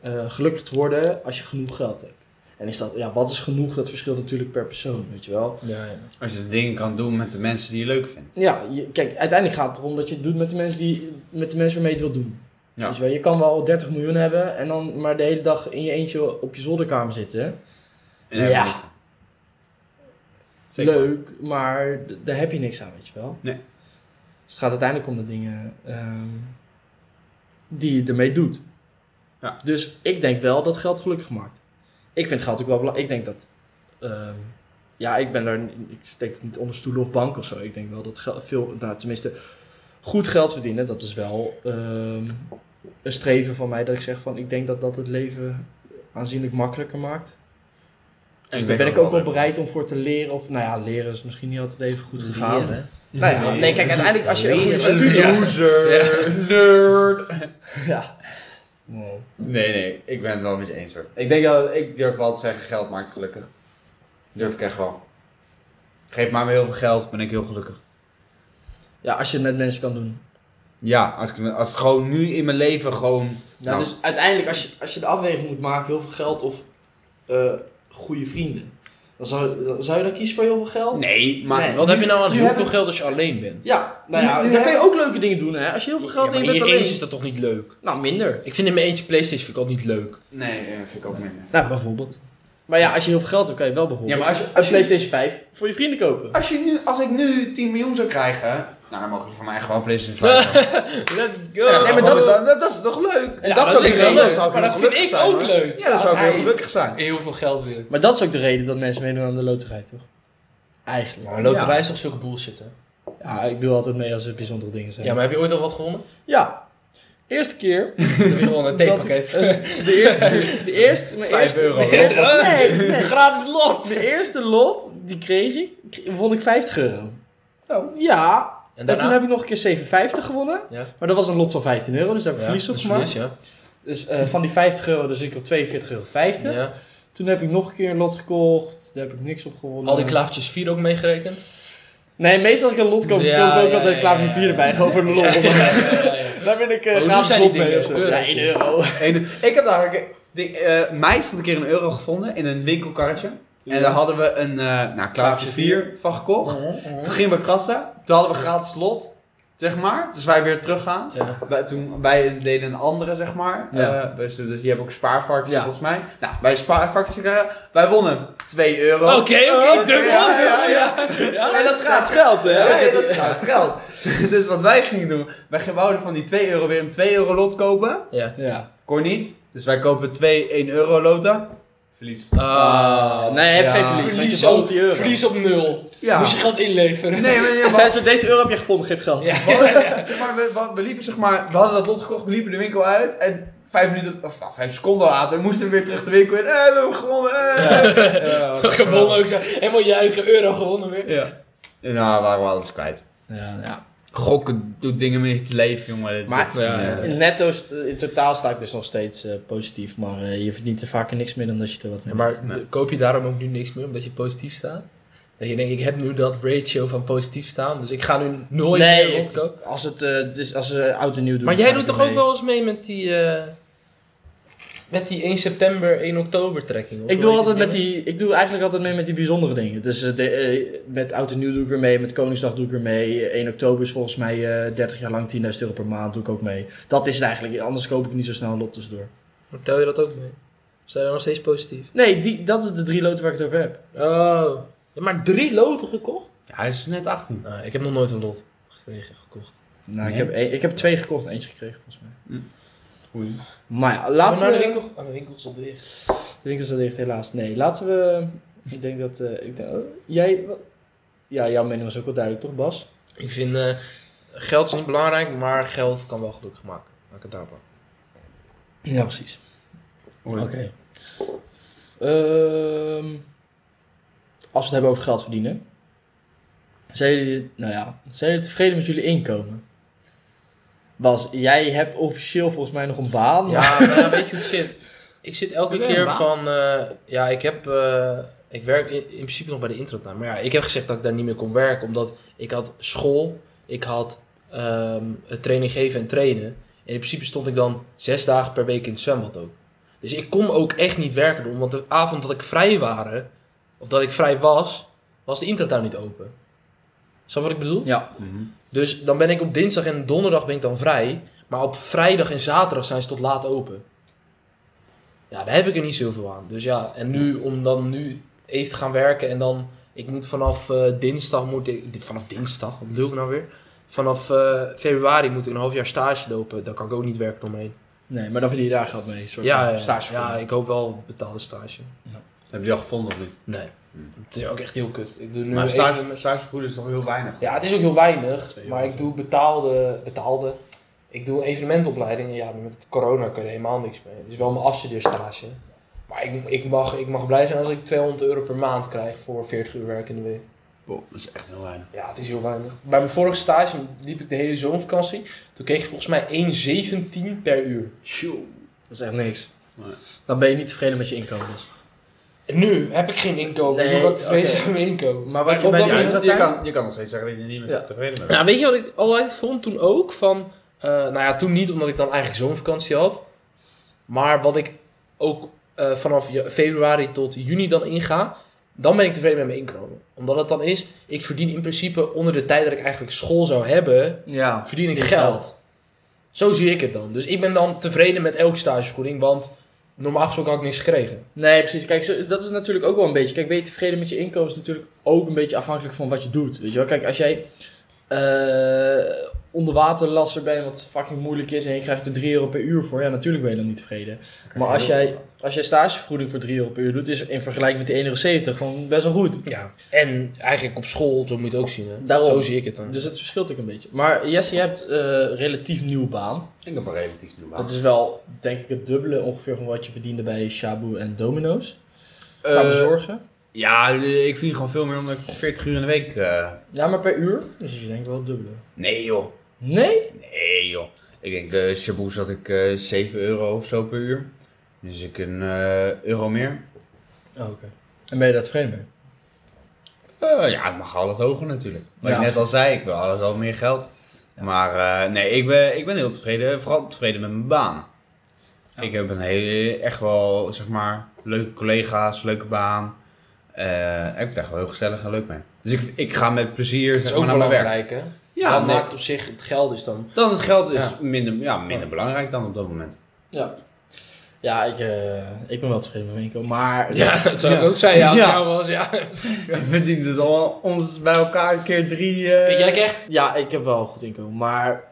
Speaker 2: eh, gelukkig te worden als je genoeg geld hebt. En is dat, ja, wat is genoeg? Dat verschilt natuurlijk per persoon, weet je wel.
Speaker 5: Ja, ja.
Speaker 4: Als je de dingen kan doen met de mensen die je leuk vindt.
Speaker 2: Ja, je- kijk, uiteindelijk gaat het erom dat je het doet met de mensen, die, met de mensen waarmee je het wilt doen.
Speaker 4: Ja.
Speaker 2: Weet je, wel? je kan wel 30 miljoen hebben en dan maar de hele dag in je eentje op je zolderkamer zitten.
Speaker 4: En daar
Speaker 2: Ja.
Speaker 4: heb je niks aan. Zeker.
Speaker 2: Leuk, maar d- daar heb je niks aan, weet je wel.
Speaker 4: Nee.
Speaker 2: Dus het gaat uiteindelijk om de dingen ehm, die je ermee doet.
Speaker 4: Ja.
Speaker 2: Dus ik denk wel dat geld gelukkig maakt. Ik vind geld ook wel belangrijk. Ik denk dat. ehm, ja, ik ben daar. n- Ik steek het niet onder stoelen of bank of zo. Ik denk wel dat geld veel. Nou, tenminste, goed geld verdienen, dat is wel ehm, een streven van mij. Dat ik zeg van ik denk dat dat het leven aanzienlijk makkelijker maakt.
Speaker 4: En
Speaker 2: Dus
Speaker 4: weet
Speaker 2: daar ben ik ook wel
Speaker 4: leuk.
Speaker 2: bereid om voor te leren. Of nou ja, leren is misschien niet altijd even goed gegaan.
Speaker 5: Leren.
Speaker 2: Nou ja, nee, kijk, uiteindelijk als je een goede
Speaker 5: Leren.
Speaker 2: studie hebt.
Speaker 4: Loser, nerd.
Speaker 2: Ja.
Speaker 4: Nee, nee, ik ben het wel met je eens hoor. Ik denk dat ik durf wel te zeggen, geld maakt gelukkig. Durf ik echt wel. Geef maar weer heel veel geld, ben ik heel gelukkig.
Speaker 2: ja, als je het met mensen kan doen.
Speaker 4: Ja, als, ik, als het gewoon nu in mijn leven gewoon...
Speaker 2: Nou, dus uiteindelijk als je, als je de afweging moet maken, heel veel geld of eh, goede vrienden. Dan zou, dan zou je dan kiezen voor heel veel geld?
Speaker 4: Nee, maar...
Speaker 2: Nee.
Speaker 5: Wat heb je nou aan
Speaker 4: nu
Speaker 5: heel
Speaker 4: heb
Speaker 5: veel
Speaker 4: ik-
Speaker 5: geld als je alleen bent?
Speaker 2: Ja, nou ja,
Speaker 4: Nu- nu
Speaker 2: dan kun je
Speaker 4: heb-
Speaker 2: ook leuke dingen doen hè. Als je heel veel geld
Speaker 5: maar
Speaker 2: hebt,
Speaker 5: in
Speaker 2: bent
Speaker 5: je
Speaker 2: alleen.
Speaker 5: eentje is dat toch niet leuk?
Speaker 2: Nou, minder.
Speaker 5: Ik vind in mijn eentje Playstation vind ik altijd niet leuk.
Speaker 4: Nee, eh, vind ik ook minder.
Speaker 2: Nou, bijvoorbeeld. Maar ja, als je heel veel geld hebt, kan je wel bijvoorbeeld
Speaker 4: Ja, maar als je-
Speaker 2: een Playstation 5 voor je vrienden kopen.
Speaker 4: Als, je nu, als ik nu 10 miljoen zou krijgen... Nou, dan mogen je van mij gewoon PlayStation 5 hebben.
Speaker 5: Let's
Speaker 2: Ja, nee, maar dat is-
Speaker 4: dat, dat is toch leuk?
Speaker 2: En dat, zou ik wel leuk.
Speaker 5: Maar dat vind ik ook leuk.
Speaker 4: Ja, dat
Speaker 5: Als
Speaker 4: zou ik
Speaker 5: hij
Speaker 4: heel gelukkig zijn.
Speaker 5: Heel veel geld willen.
Speaker 2: Maar dat is ook de reden dat mensen meedoen aan de loterij, toch? Eigenlijk.
Speaker 5: Maar loterij is toch zulke bullshit, hè?
Speaker 2: Ja, ik doe altijd mee als er bijzondere dingen zijn.
Speaker 5: Ja, maar heb je ooit al wat gewonnen?
Speaker 2: Ja. Eerste keer.
Speaker 5: Dan heb je gewoon een theepakket.
Speaker 2: dat- eh, de eerste keer. De eerste, mijn
Speaker 4: Vijf
Speaker 2: eerste,
Speaker 4: euro.
Speaker 2: de eerste- nee, nee.
Speaker 5: Gratis lot!
Speaker 2: De eerste lot, die kreeg ik, k- won ik 50 euro. Ja.
Speaker 5: En
Speaker 2: En,
Speaker 5: daarna?
Speaker 2: toen heb ik nog een keer 7,50 gewonnen.
Speaker 5: Ja.
Speaker 2: Maar dat was een lot van 15 euro, dus daar heb ik
Speaker 5: Ja,
Speaker 2: verlies op
Speaker 5: dat is
Speaker 2: gemaakt.
Speaker 5: verlies,
Speaker 2: Dus eh, van die 50 euro, dus ik op 42,50 euro.
Speaker 5: ja. ja.
Speaker 2: Toen heb ik nog een keer een lot gekocht. Daar heb ik niks op gewonnen.
Speaker 5: Al die klavertjes 4 ook meegerekend?
Speaker 2: Nee, meestal als ik een lot koop,
Speaker 5: Ja,
Speaker 2: koop ik ook
Speaker 5: ja,
Speaker 2: altijd
Speaker 5: ja,
Speaker 2: klavertje
Speaker 5: ja,
Speaker 2: 4 erbij.
Speaker 5: ja.
Speaker 2: Gewoon voor de lol. Daar ben ik
Speaker 5: Maar
Speaker 2: eh
Speaker 5: hoe
Speaker 2: gratis
Speaker 5: zijn die
Speaker 2: lot mee.
Speaker 5: dingen?
Speaker 2: of zo.
Speaker 5: Euro?
Speaker 2: Ja, 1 euro.
Speaker 4: En ik heb daar een ding, eh meisje had een keer een euro gevonden in een winkelkarretje. En daar hadden we een eh nou, klaartje 4 van gekocht.
Speaker 2: Oh,
Speaker 4: Toen gingen we krassen. Toen hadden we gratis lot, zeg maar. Dus wij weer teruggaan.
Speaker 5: Ja.
Speaker 4: Wij, toen, wij deden een andere, zeg maar.
Speaker 2: Ja.
Speaker 4: Eh, dus, dus die hebben ook spaarvarkens,
Speaker 2: Ja.
Speaker 4: volgens mij. Nou, wij spaarvarkens gekregen. Wij wonnen 2 euro.
Speaker 5: Oké, oké,
Speaker 4: Oh,
Speaker 5: dubbel!
Speaker 4: Ja, ja, ja.
Speaker 2: En dat gaat geld, hè?
Speaker 4: Ja, nee, dat is gratis geld. Dus wat wij gingen doen, wij gingen- wouden van die 2 euro weer een 2 euro lot kopen.
Speaker 5: Ja.
Speaker 2: Ja.
Speaker 4: Kon niet. Dus wij kopen twee 1 euro loten. Verlies.
Speaker 5: Ah.
Speaker 2: nee, je hebt
Speaker 4: Ja.
Speaker 2: geen verlies. want
Speaker 5: Verlies
Speaker 2: je
Speaker 5: op,
Speaker 2: woont die euro.
Speaker 5: verlies op nul.
Speaker 4: Ja.
Speaker 5: Moest je geld inleveren.
Speaker 4: Nee, maar, nee,
Speaker 2: Ze Zijn
Speaker 4: maar,
Speaker 2: ze, deze euro heb je gevonden, geef geld.
Speaker 5: Ja.
Speaker 4: zeg maar, we, we- we liepen, zeg maar, we hadden dat lot gekocht, we liepen de winkel uit en vijf minuten, of nou, vijf seconden later moesten we weer terug de winkel in. Eh, we hebben gewonnen. Eh. Ja. wat
Speaker 5: Gewonnen ook zo. Helemaal juichen, euro gewonnen weer.
Speaker 4: Ja. En nou, waren we alles kwijt.
Speaker 2: Ja, ja.
Speaker 4: Gokken doet dingen met je leven, jongen. Dit-
Speaker 2: Maar-
Speaker 4: dit is,
Speaker 5: Ja,
Speaker 4: eh,
Speaker 2: In netto, st- in totaal sta ik dus nog steeds eh, positief, maar eh, je verdient er vaker niks meer dan dat je er wat mee
Speaker 5: maar
Speaker 4: Nee.
Speaker 5: de- koop je daarom ook nu niks meer, omdat je positief staat? Dat je denkt, ik heb nu dat ratio van positief staan, dus ik ga nu nooit
Speaker 2: Nee,
Speaker 5: meer
Speaker 2: ik-
Speaker 5: rot kopen.
Speaker 2: Als het eh, dus, als ze oud en nieuw doen.
Speaker 5: Maar
Speaker 2: dan
Speaker 5: jij
Speaker 2: sta
Speaker 5: doet
Speaker 2: ik
Speaker 5: toch ook
Speaker 2: ermee.
Speaker 5: wel eens mee met die... eh, met die 1 september, 1 oktober trekking. of
Speaker 2: Ik
Speaker 5: zo
Speaker 2: doe,
Speaker 5: heet
Speaker 2: altijd met
Speaker 5: ding.
Speaker 2: die, ik doe eigenlijk altijd mee met die bijzondere dingen. Dus eh, de, eh, met Oud en Nieuw doe ik er mee, met Koningsdag doe ik er mee. Eh, 1 oktober is volgens mij eh, 30 jaar lang 10.000 euro per maand doe ik ook mee. Dat is het eigenlijk, anders koop ik niet zo snel een lot tussendoor.
Speaker 5: Maar Tel je dat ook mee? Zijn er nog steeds positief?
Speaker 2: Nee, die, dat is de drie loten waar ik het over heb.
Speaker 5: Oh. Je hebt maar drie loten gekocht?
Speaker 4: Ja, hij is net 18.
Speaker 5: ik heb nog nooit een lot gekregen, gekocht.
Speaker 2: Nou, ik,
Speaker 4: Nee?
Speaker 2: heb, één- ik heb twee gekocht en eentje gekregen volgens mij.
Speaker 4: Oei.
Speaker 2: Hm. Maar ja, laten we...
Speaker 5: naar de winkel. Aan de winkel stond dicht.
Speaker 2: De winkel staat dicht, helaas. Nee, laten we... Ik denk dat... eh, ik denk, oh, jij... wat- Ja, jouw mening was ook wel duidelijk, toch Bas?
Speaker 5: Ik vind eh, geld is niet belangrijk, maar geld kan wel gelukkig maken. Laat ik het daarop. houden.
Speaker 2: Ja, precies.
Speaker 4: Oei.
Speaker 2: Oké. Ehm, als we het hebben over geld verdienen. Zijn jullie, nou ja, zijn jullie tevreden met jullie inkomen? Bas, jij hebt officieel volgens mij nog een baan. maar-
Speaker 5: Ja, maar ja, weet je hoe het zit? Ik zit elke
Speaker 4: Heb jij
Speaker 5: keer
Speaker 4: een baan?
Speaker 5: van. eh, ja, ik heb. eh, ik werk in, in principe nog bij de intratuin. Maar ja, ik heb gezegd dat ik daar niet meer kon werken. Omdat ik had school. Ik had ehm, het training geven en trainen. En in principe stond ik dan zes dagen per week in het zwembad ook. Dus ik kon ook echt niet werken doen. Want de avond dat ik vrij waren, of dat ik vrij was, was de intratuin niet open. Snap je wat ik bedoel?
Speaker 2: Ja.
Speaker 4: Mhm.
Speaker 5: Dus dan ben ik op dinsdag en donderdag ben ik dan vrij. Maar op vrijdag en zaterdag zijn ze tot laat open. Ja, daar heb ik er niet zoveel aan. Dus ja, en nu om dan nu even te gaan werken en dan... Ik moet vanaf eh, dinsdag moet ik... di- Vanaf dinsdag? Wat lul ik nou weer? Vanaf eh, februari moet ik een half jaar stage lopen. Daar kan ik ook niet werken omheen.
Speaker 2: Nee, maar dan verdien je daar geld mee. Een soort
Speaker 5: Ja,
Speaker 2: van
Speaker 5: ja, ja,
Speaker 2: stage
Speaker 5: ja, ik hoop wel betaalde stage.
Speaker 4: Hebben jullie al gevonden of niet?
Speaker 5: Nee.
Speaker 4: Hmm.
Speaker 5: Het is ook echt heel kut. Ik doe nu
Speaker 4: Maar
Speaker 5: even-
Speaker 4: stage- stagevergoeding is toch heel weinig?
Speaker 5: Ja, het is ook heel weinig, maar ik doe betaalde, betaalde. Ik doe een evenementopleiding en ja, met corona kun je helemaal niks mee. Het is wel mijn afstudeerstage. Maar ik, ik, mag, ik mag blij zijn als ik 200 euro per maand krijg voor 40 uur werk in de week.
Speaker 4: Wow, dat is echt heel weinig.
Speaker 5: Ja, het is heel weinig. Bij mijn vorige stage liep ik de hele zomervakantie. Toen kreeg ik volgens mij 1,17 per uur.
Speaker 4: Tjoe.
Speaker 2: Dat is echt niks.
Speaker 4: Nee.
Speaker 2: Dan ben je niet tevreden met je inkomen dus.
Speaker 5: En nu heb ik geen inkomen, dus
Speaker 2: Nee,
Speaker 5: hoe kan ik tevreden
Speaker 2: oké.
Speaker 5: zijn met mijn inkomen?
Speaker 2: Maar wat je
Speaker 5: op
Speaker 2: bij
Speaker 5: dat
Speaker 2: die
Speaker 5: moment-
Speaker 2: uiteraard-
Speaker 4: je, kan, je kan nog steeds zeggen dat je er niet meer
Speaker 2: Ja.
Speaker 4: tevreden bent.
Speaker 5: Nou, weet je wat ik altijd vond toen ook? Van, eh, nou ja, toen niet, omdat ik dan eigenlijk zo'n vakantie had. Maar wat ik ook eh, vanaf je- februari tot juni dan inga, dan ben ik tevreden met mijn inkomen. Omdat het dan is, ik verdien in principe onder de tijd dat ik eigenlijk school zou hebben,
Speaker 2: Ja.
Speaker 5: verdien ik
Speaker 2: Geen
Speaker 5: geld.
Speaker 2: geld.
Speaker 5: Zo zie ik het dan. Dus ik ben dan tevreden met elke stagevergoeding, want normaal gesproken had ik niks gekregen.
Speaker 2: Nee, precies. Kijk, zo- dat is natuurlijk ook wel een beetje. Kijk, ben je tevreden met je inkomen is natuurlijk ook een beetje afhankelijk van wat je doet. Weet je wel? Kijk, als jij eh onderwaterlasser bent, wat fucking moeilijk is, en je krijgt er 3 euro per uur voor, ja, natuurlijk ben je dan niet tevreden. Maar als jij, als jij stagevergoeding voor 3 euro per uur doet, is in vergelijking met die 1,70 euro gewoon best wel goed.
Speaker 5: Ja. En eigenlijk op school, zo moet je het ook zien. Hè?
Speaker 2: Daarom.
Speaker 5: Zo zie ik het dan.
Speaker 2: Dus het verschilt ook een beetje. Maar Jesse, je hebt eh, relatief nieuw baan.
Speaker 4: Ik heb een relatief nieuw baan.
Speaker 2: Dat is wel, denk ik, het dubbele ongeveer van wat je verdiende bij Shabu en Domino's. Ga
Speaker 4: Eh,
Speaker 2: bezorgen.
Speaker 4: ja, ik verdien gewoon veel meer omdat ik 40 uur in de week... eh,
Speaker 2: Ja, maar per uur? Dus je denkt wel het dubbele.
Speaker 4: Nee joh.
Speaker 2: Nee?
Speaker 4: Nee joh. Ik denk, eh Shabu zat ik eh 7 euro of zo per uur. Dus ik een eh, euro meer.
Speaker 2: Oh, oké. En ben je daar tevreden mee?
Speaker 4: Eh, ja, het mag altijd hoger natuurlijk. Wat
Speaker 2: Ja.
Speaker 4: ik net al zei, ik wil altijd wel meer geld. Maar eh, nee, ik ben, ik ben heel tevreden. Vooral tevreden met mijn baan. Ik heb een hele, echt wel, zeg maar, leuke collega's, leuke baan. Eh, ik ben daar gewoon heel gezellig en leuk mee. Dus ik, ik ga met plezier
Speaker 5: dat
Speaker 4: zeg
Speaker 5: is ook
Speaker 4: maar, naar mijn werk.
Speaker 5: belangrijk, hè?
Speaker 4: Ja,
Speaker 5: dat
Speaker 4: nee.
Speaker 5: maakt op zich het geld dus dan.
Speaker 4: Dan het geld is
Speaker 5: Ja.
Speaker 4: minder, ja, minder belangrijk dan op dat moment.
Speaker 2: Ja. Ja, ik, eh, ik ben wel tevreden met mijn inkomen, maar...
Speaker 5: Ja, dat zou ik ook zijn. Ja, Eh, als het jou was, ja.
Speaker 4: We verdienen het al ons bij elkaar een keer drie. eh,
Speaker 5: Jij krijgt...
Speaker 2: Ja, ik heb wel een goed inkomen, maar...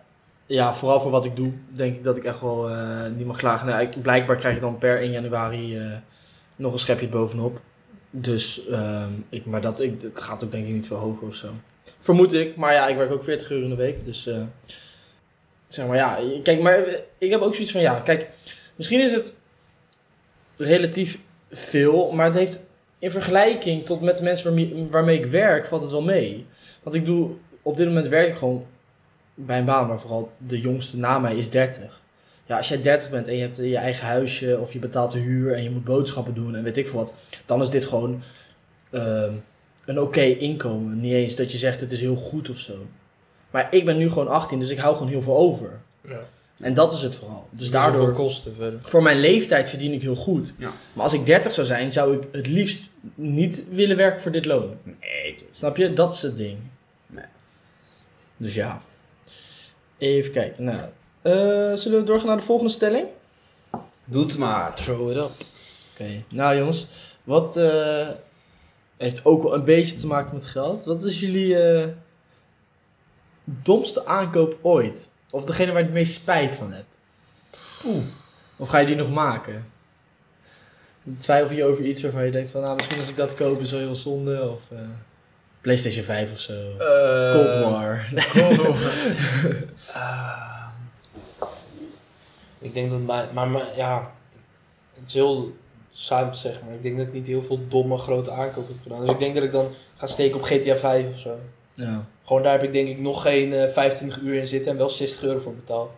Speaker 2: Ja, vooral voor wat ik doe, denk ik dat ik echt wel eh, niet mag klagen. Nou, ik, blijkbaar krijg ik dan per 1 januari eh, nog een schepje bovenop. Dus, ehm, ik, maar dat, ik, het gaat ook denk ik niet veel hoger of zo. Vermoed ik, maar ja, ik werk ook 40 uur in de week, dus... eh, zeg maar, ja, kijk, maar eh, ik heb ook zoiets van, ja, kijk, misschien is het relatief veel, maar het heeft in vergelijking tot met de mensen waarmee, waarmee ik werk, valt het wel mee. Want ik doe, op dit moment werk ik gewoon bij een baan waar vooral de jongste na mij is 30. Ja, als jij 30 bent en je hebt eh, je eigen huisje of je betaalt de huur en je moet boodschappen doen en weet ik veel wat, dan is dit gewoon ehm, een oké inkomen. Niet eens dat je zegt het is heel goed of zo. Maar ik ben nu gewoon 18, dus ik hou gewoon heel veel over. En dat is het vooral. Dus
Speaker 5: Daardoor
Speaker 2: daardoor,
Speaker 5: kosten verder.
Speaker 2: voor mijn leeftijd verdien ik heel goed.
Speaker 4: Ja.
Speaker 2: Maar als ik 30 zou zijn, zou ik het liefst niet willen werken voor dit loon.
Speaker 4: Nee, dus-
Speaker 2: Snap je? Dat is het ding.
Speaker 4: Nee.
Speaker 2: Dus ja. Even kijken. Nou, eh, zullen we doorgaan naar de volgende stelling?
Speaker 4: Doe het maar.
Speaker 5: Throw it up.
Speaker 2: Oké, nou jongens, wat eh, heeft ook wel een beetje te maken met geld. Wat is jullie eh, domste aankoop ooit? Of degene waar je het meest spijt van hebt? Oeh. Of ga je die nog maken? Twijfel je over iets waarvan je denkt van, nou misschien als ik dat koop is wel heel zonde. Of eh, PlayStation 5 of zo. Eh, Cold
Speaker 4: Eh.
Speaker 2: War.
Speaker 5: Ik denk dat mijn, maar, maar ja, het is heel saai om te zeggen, maar ik denk dat ik niet heel veel domme grote aankopen heb gedaan. Dus ik denk dat ik dan ga steken op GTA 5 of zo.
Speaker 2: ja.
Speaker 5: Gewoon daar heb ik denk ik nog geen eh 25 uur in zitten en wel 60 euro voor betaald.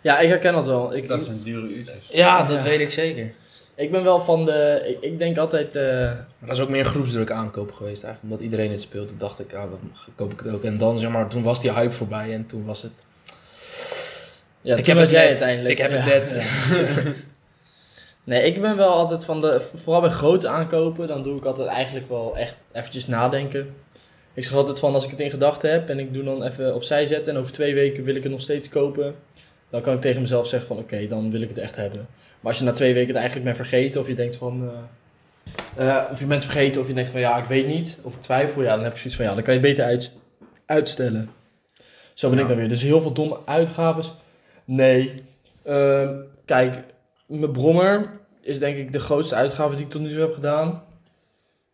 Speaker 2: ja, ik herken dat wel. Ik,
Speaker 4: Dat zijn dure uurtjes.
Speaker 5: Ja,
Speaker 2: dat
Speaker 5: weet ik zeker.
Speaker 2: ik ben wel van de, ik, ik denk altijd... eh,
Speaker 5: Maar dat is ook meer een groepsdruk aankoop geweest eigenlijk, omdat iedereen het speelt. Toen dacht ik, ah, dan koop ik het ook. En dan zeg maar, toen was die hype voorbij en toen was het...
Speaker 2: ja,
Speaker 5: ik
Speaker 2: toen
Speaker 5: heb
Speaker 2: was
Speaker 5: het
Speaker 2: jij
Speaker 5: net.
Speaker 2: uiteindelijk.
Speaker 5: Ik heb het
Speaker 2: Ja.
Speaker 5: net.
Speaker 2: Nee, ik ben wel altijd van de. Vooral bij groot aankopen, dan doe ik altijd eigenlijk wel echt eventjes nadenken. Ik zeg altijd van als ik het in gedachten heb en ik doe dan even opzij zetten en over twee weken wil ik het nog steeds kopen. Dan kan ik tegen mezelf zeggen van oké, dan wil ik het echt hebben. Maar als je na twee weken het eigenlijk bent vergeten of je denkt van. eh, eh, of je bent vergeten of je denkt van ja, ik weet niet. Of ik twijfel, ja, dan heb ik zoiets van ja, dan kan je beter uits- uitstellen. Zo ben ik dan weer. Dus heel veel domme uitgaves. Nee. Ehm, kijk, mijn brommer is denk ik de grootste uitgave die ik tot nu toe heb gedaan.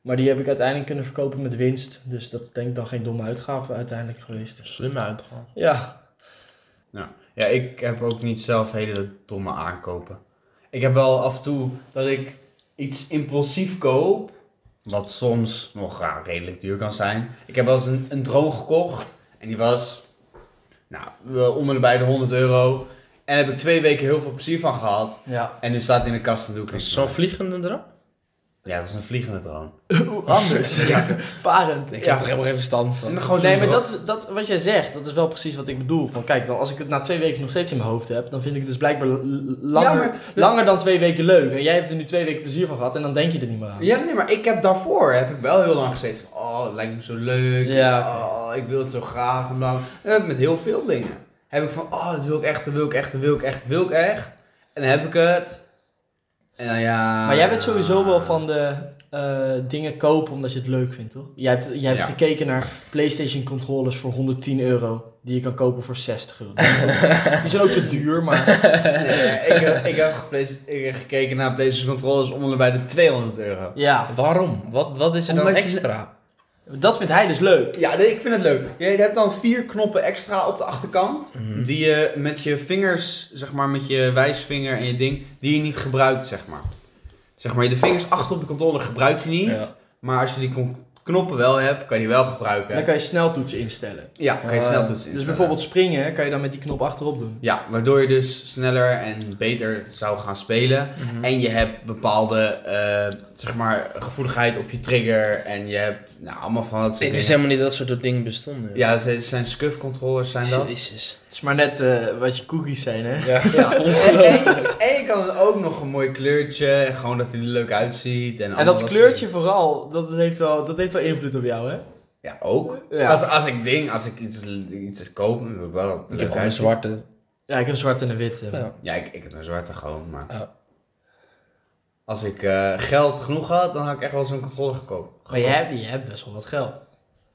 Speaker 2: Maar die heb ik uiteindelijk kunnen verkopen met winst. Dus dat is denk ik dan geen domme uitgave uiteindelijk geweest.
Speaker 5: Slimme uitgaan.
Speaker 2: Ja,
Speaker 4: Ja, ik heb ook niet zelf hele domme aankopen. Ik heb wel af en toe dat ik iets impulsief koop, wat soms nog ja, redelijk duur kan zijn. Ik heb wel eens een, een drone gekocht en die was nou, eh, om en bij de 100 euro. En daar heb ik twee weken heel veel plezier van gehad.
Speaker 2: ja.
Speaker 4: En nu staat hij in de kast en doe ik niks
Speaker 5: Zo'n
Speaker 4: mee.
Speaker 5: vliegende drap?
Speaker 4: Ja, dat is een vliegende drone.
Speaker 2: anders. Varend.
Speaker 5: Ik
Speaker 2: Ja.
Speaker 5: heb er helemaal geen verstand van.
Speaker 4: Gewoon
Speaker 2: Nee, maar dat, is, dat wat jij zegt, dat is wel precies wat ik bedoel. Van kijk, dan, als ik het na twee weken nog steeds in mijn hoofd heb, dan vind ik het dus blijkbaar l- l- langer,
Speaker 4: Ja, maar-
Speaker 2: langer dan twee weken leuk. En jij hebt er nu twee weken plezier van gehad en dan denk je er niet meer aan.
Speaker 4: Ja, nee, maar ik heb daarvoor heb ik wel heel lang gezeten van, oh, het lijkt me zo leuk.
Speaker 2: Ja,
Speaker 4: Oh, ik wil het zo graag. En dan, dat heb ik met heel veel dingen. Heb ik van, oh, dat wil ik echt, dat wil ik echt, dat wil ik echt, dat wil ik echt. En dan heb ik het. En dan ja...
Speaker 2: Maar jij bent sowieso wel van de eh, dingen kopen omdat je het leuk vindt, toch? Jij hebt, jij hebt
Speaker 4: Ja.
Speaker 2: gekeken naar PlayStation controllers voor 110 euro. Die je kan kopen voor 60 euro. die zijn ook te duur, maar...
Speaker 4: Nee, Eh, ik, heb, ik, heb geplace- ik heb gekeken naar PlayStation Controllers om en bij de 200 euro.
Speaker 2: Ja,
Speaker 5: Waarom? Wat, wat is er dan
Speaker 4: Omdat je-
Speaker 5: extra?
Speaker 2: dat vindt hij dus leuk.
Speaker 4: Ja, nee, ik vind het leuk. Je hebt dan vier knoppen extra op de achterkant.
Speaker 5: Mhm.
Speaker 4: Die je met je vingers, zeg maar, met je wijsvinger en je ding, die je niet gebruikt, zeg maar. Zeg maar, de vingers achter op de controller gebruik je niet.
Speaker 5: Ja.
Speaker 4: Maar als je die kon- knoppen wel hebt, kan je die wel gebruiken.
Speaker 2: Dan kan je sneltoetsen instellen.
Speaker 4: Ja, kan je
Speaker 2: Eh,
Speaker 4: sneltoetsen instellen.
Speaker 2: Dus bijvoorbeeld springen kan je dan met die knop achterop doen.
Speaker 4: Ja, waardoor je dus sneller en beter zou gaan spelen. En je hebt bepaalde, eh, zeg maar, gevoeligheid op je trigger. En je hebt, nou, allemaal van dat soort
Speaker 5: Ik wist
Speaker 4: dingen.
Speaker 5: helemaal niet dat soort dingen bestonden.
Speaker 4: Ja, het zijn scuff controllers, zijn dat.
Speaker 5: Jezus.
Speaker 2: Het is maar net eh, wat je cookies zijn, hè?
Speaker 5: Ja.
Speaker 4: En, en je kan er ook nog een mooi kleurtje. en Gewoon dat hij er leuk uitziet. En,
Speaker 2: En
Speaker 4: allemaal
Speaker 2: dat
Speaker 4: soort
Speaker 2: kleurtje vooral, dat heeft wel, dat heeft wel invloed op jou, hè?
Speaker 4: dingen. Ja, ook.
Speaker 2: Ja.
Speaker 4: Als, als ik ding, als ik iets, iets koop, dan wil ik wel dat het
Speaker 5: Ik
Speaker 4: er
Speaker 5: heb
Speaker 4: leuk
Speaker 5: gewoon een
Speaker 4: uitziet.
Speaker 5: zwarte.
Speaker 2: Ja, ik heb zwart en een wit. eh.
Speaker 5: Ja.
Speaker 4: Ja, ik, ik heb een zwarte gewoon, maar...
Speaker 5: Ja.
Speaker 4: Als ik eh, geld genoeg had, dan had ik echt wel zo'n controller gekoopt.
Speaker 2: Maar jij, hebt- jij hebt best wel wat geld.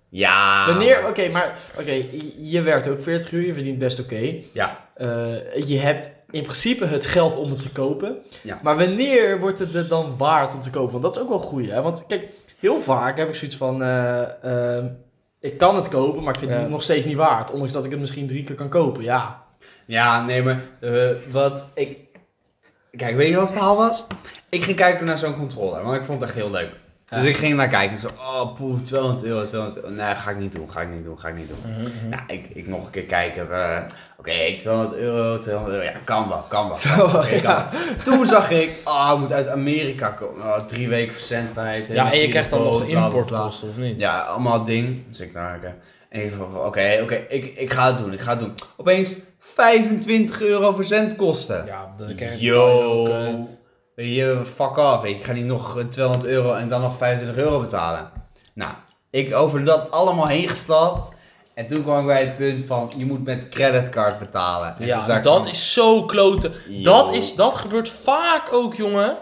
Speaker 4: Ja.
Speaker 2: Wanneer, oké, maar oké, je- je werkt ook 40 uur, je verdient best oké.
Speaker 4: Ja.
Speaker 2: Eh, je hebt in principe het geld om het te kopen.
Speaker 4: Ja.
Speaker 2: Maar wanneer wordt het er dan waard om te kopen? Want dat is ook wel goed, hè? Want kijk, heel vaak heb ik zoiets van, eh, eh, ik kan het kopen, maar ik vind
Speaker 5: Ja.
Speaker 2: het nog steeds niet waard. Ondanks dat ik het misschien drie keer kan kopen, ja.
Speaker 4: Ja, nee, maar eh, wat ik... Kijk, weet je wat het verhaal was? Ik ging kijken naar zo'n controller, want ik vond het echt heel leuk.
Speaker 2: Ja.
Speaker 4: Dus ik ging naar kijken. Zo, oh poeh, 200 euro, 200 euro. Nee, ga ik niet doen, ga ik niet doen, ga ik niet doen. Nou, ik, ik nog een keer kijken. eh, Oké, 200 euro, 200 euro. Ja, kan wel, kan wel. kan wel. Oké, kan wel. Toen zag ik, oh, het moet uit Amerika komen. Oh, drie weken verzendtijd.
Speaker 5: Ja, en je krijgt dan nog
Speaker 4: Bla, bla, bla.
Speaker 5: importkosten, of niet?
Speaker 4: Ja, allemaal ding. Dus ik daar. oké. En ik vroeg, oké, oké, ik, ik ga het doen, ik ga het doen. Opeens 25 euro verzendkosten.
Speaker 5: Ja, dan ken je
Speaker 4: Yo.
Speaker 5: ook, eh,
Speaker 4: Weet je, fuck off. Ik ga niet nog eh, 200 euro en dan nog 25 euro betalen. Nou, ik over dat allemaal heen gestapt. En toen kwam ik bij het punt van, je moet met creditcard betalen. En toen zei
Speaker 5: ja,
Speaker 4: ik
Speaker 5: dat
Speaker 4: van,
Speaker 5: is zo kloten.
Speaker 4: yo.
Speaker 5: Dat, is, dat gebeurt vaak ook, jongen.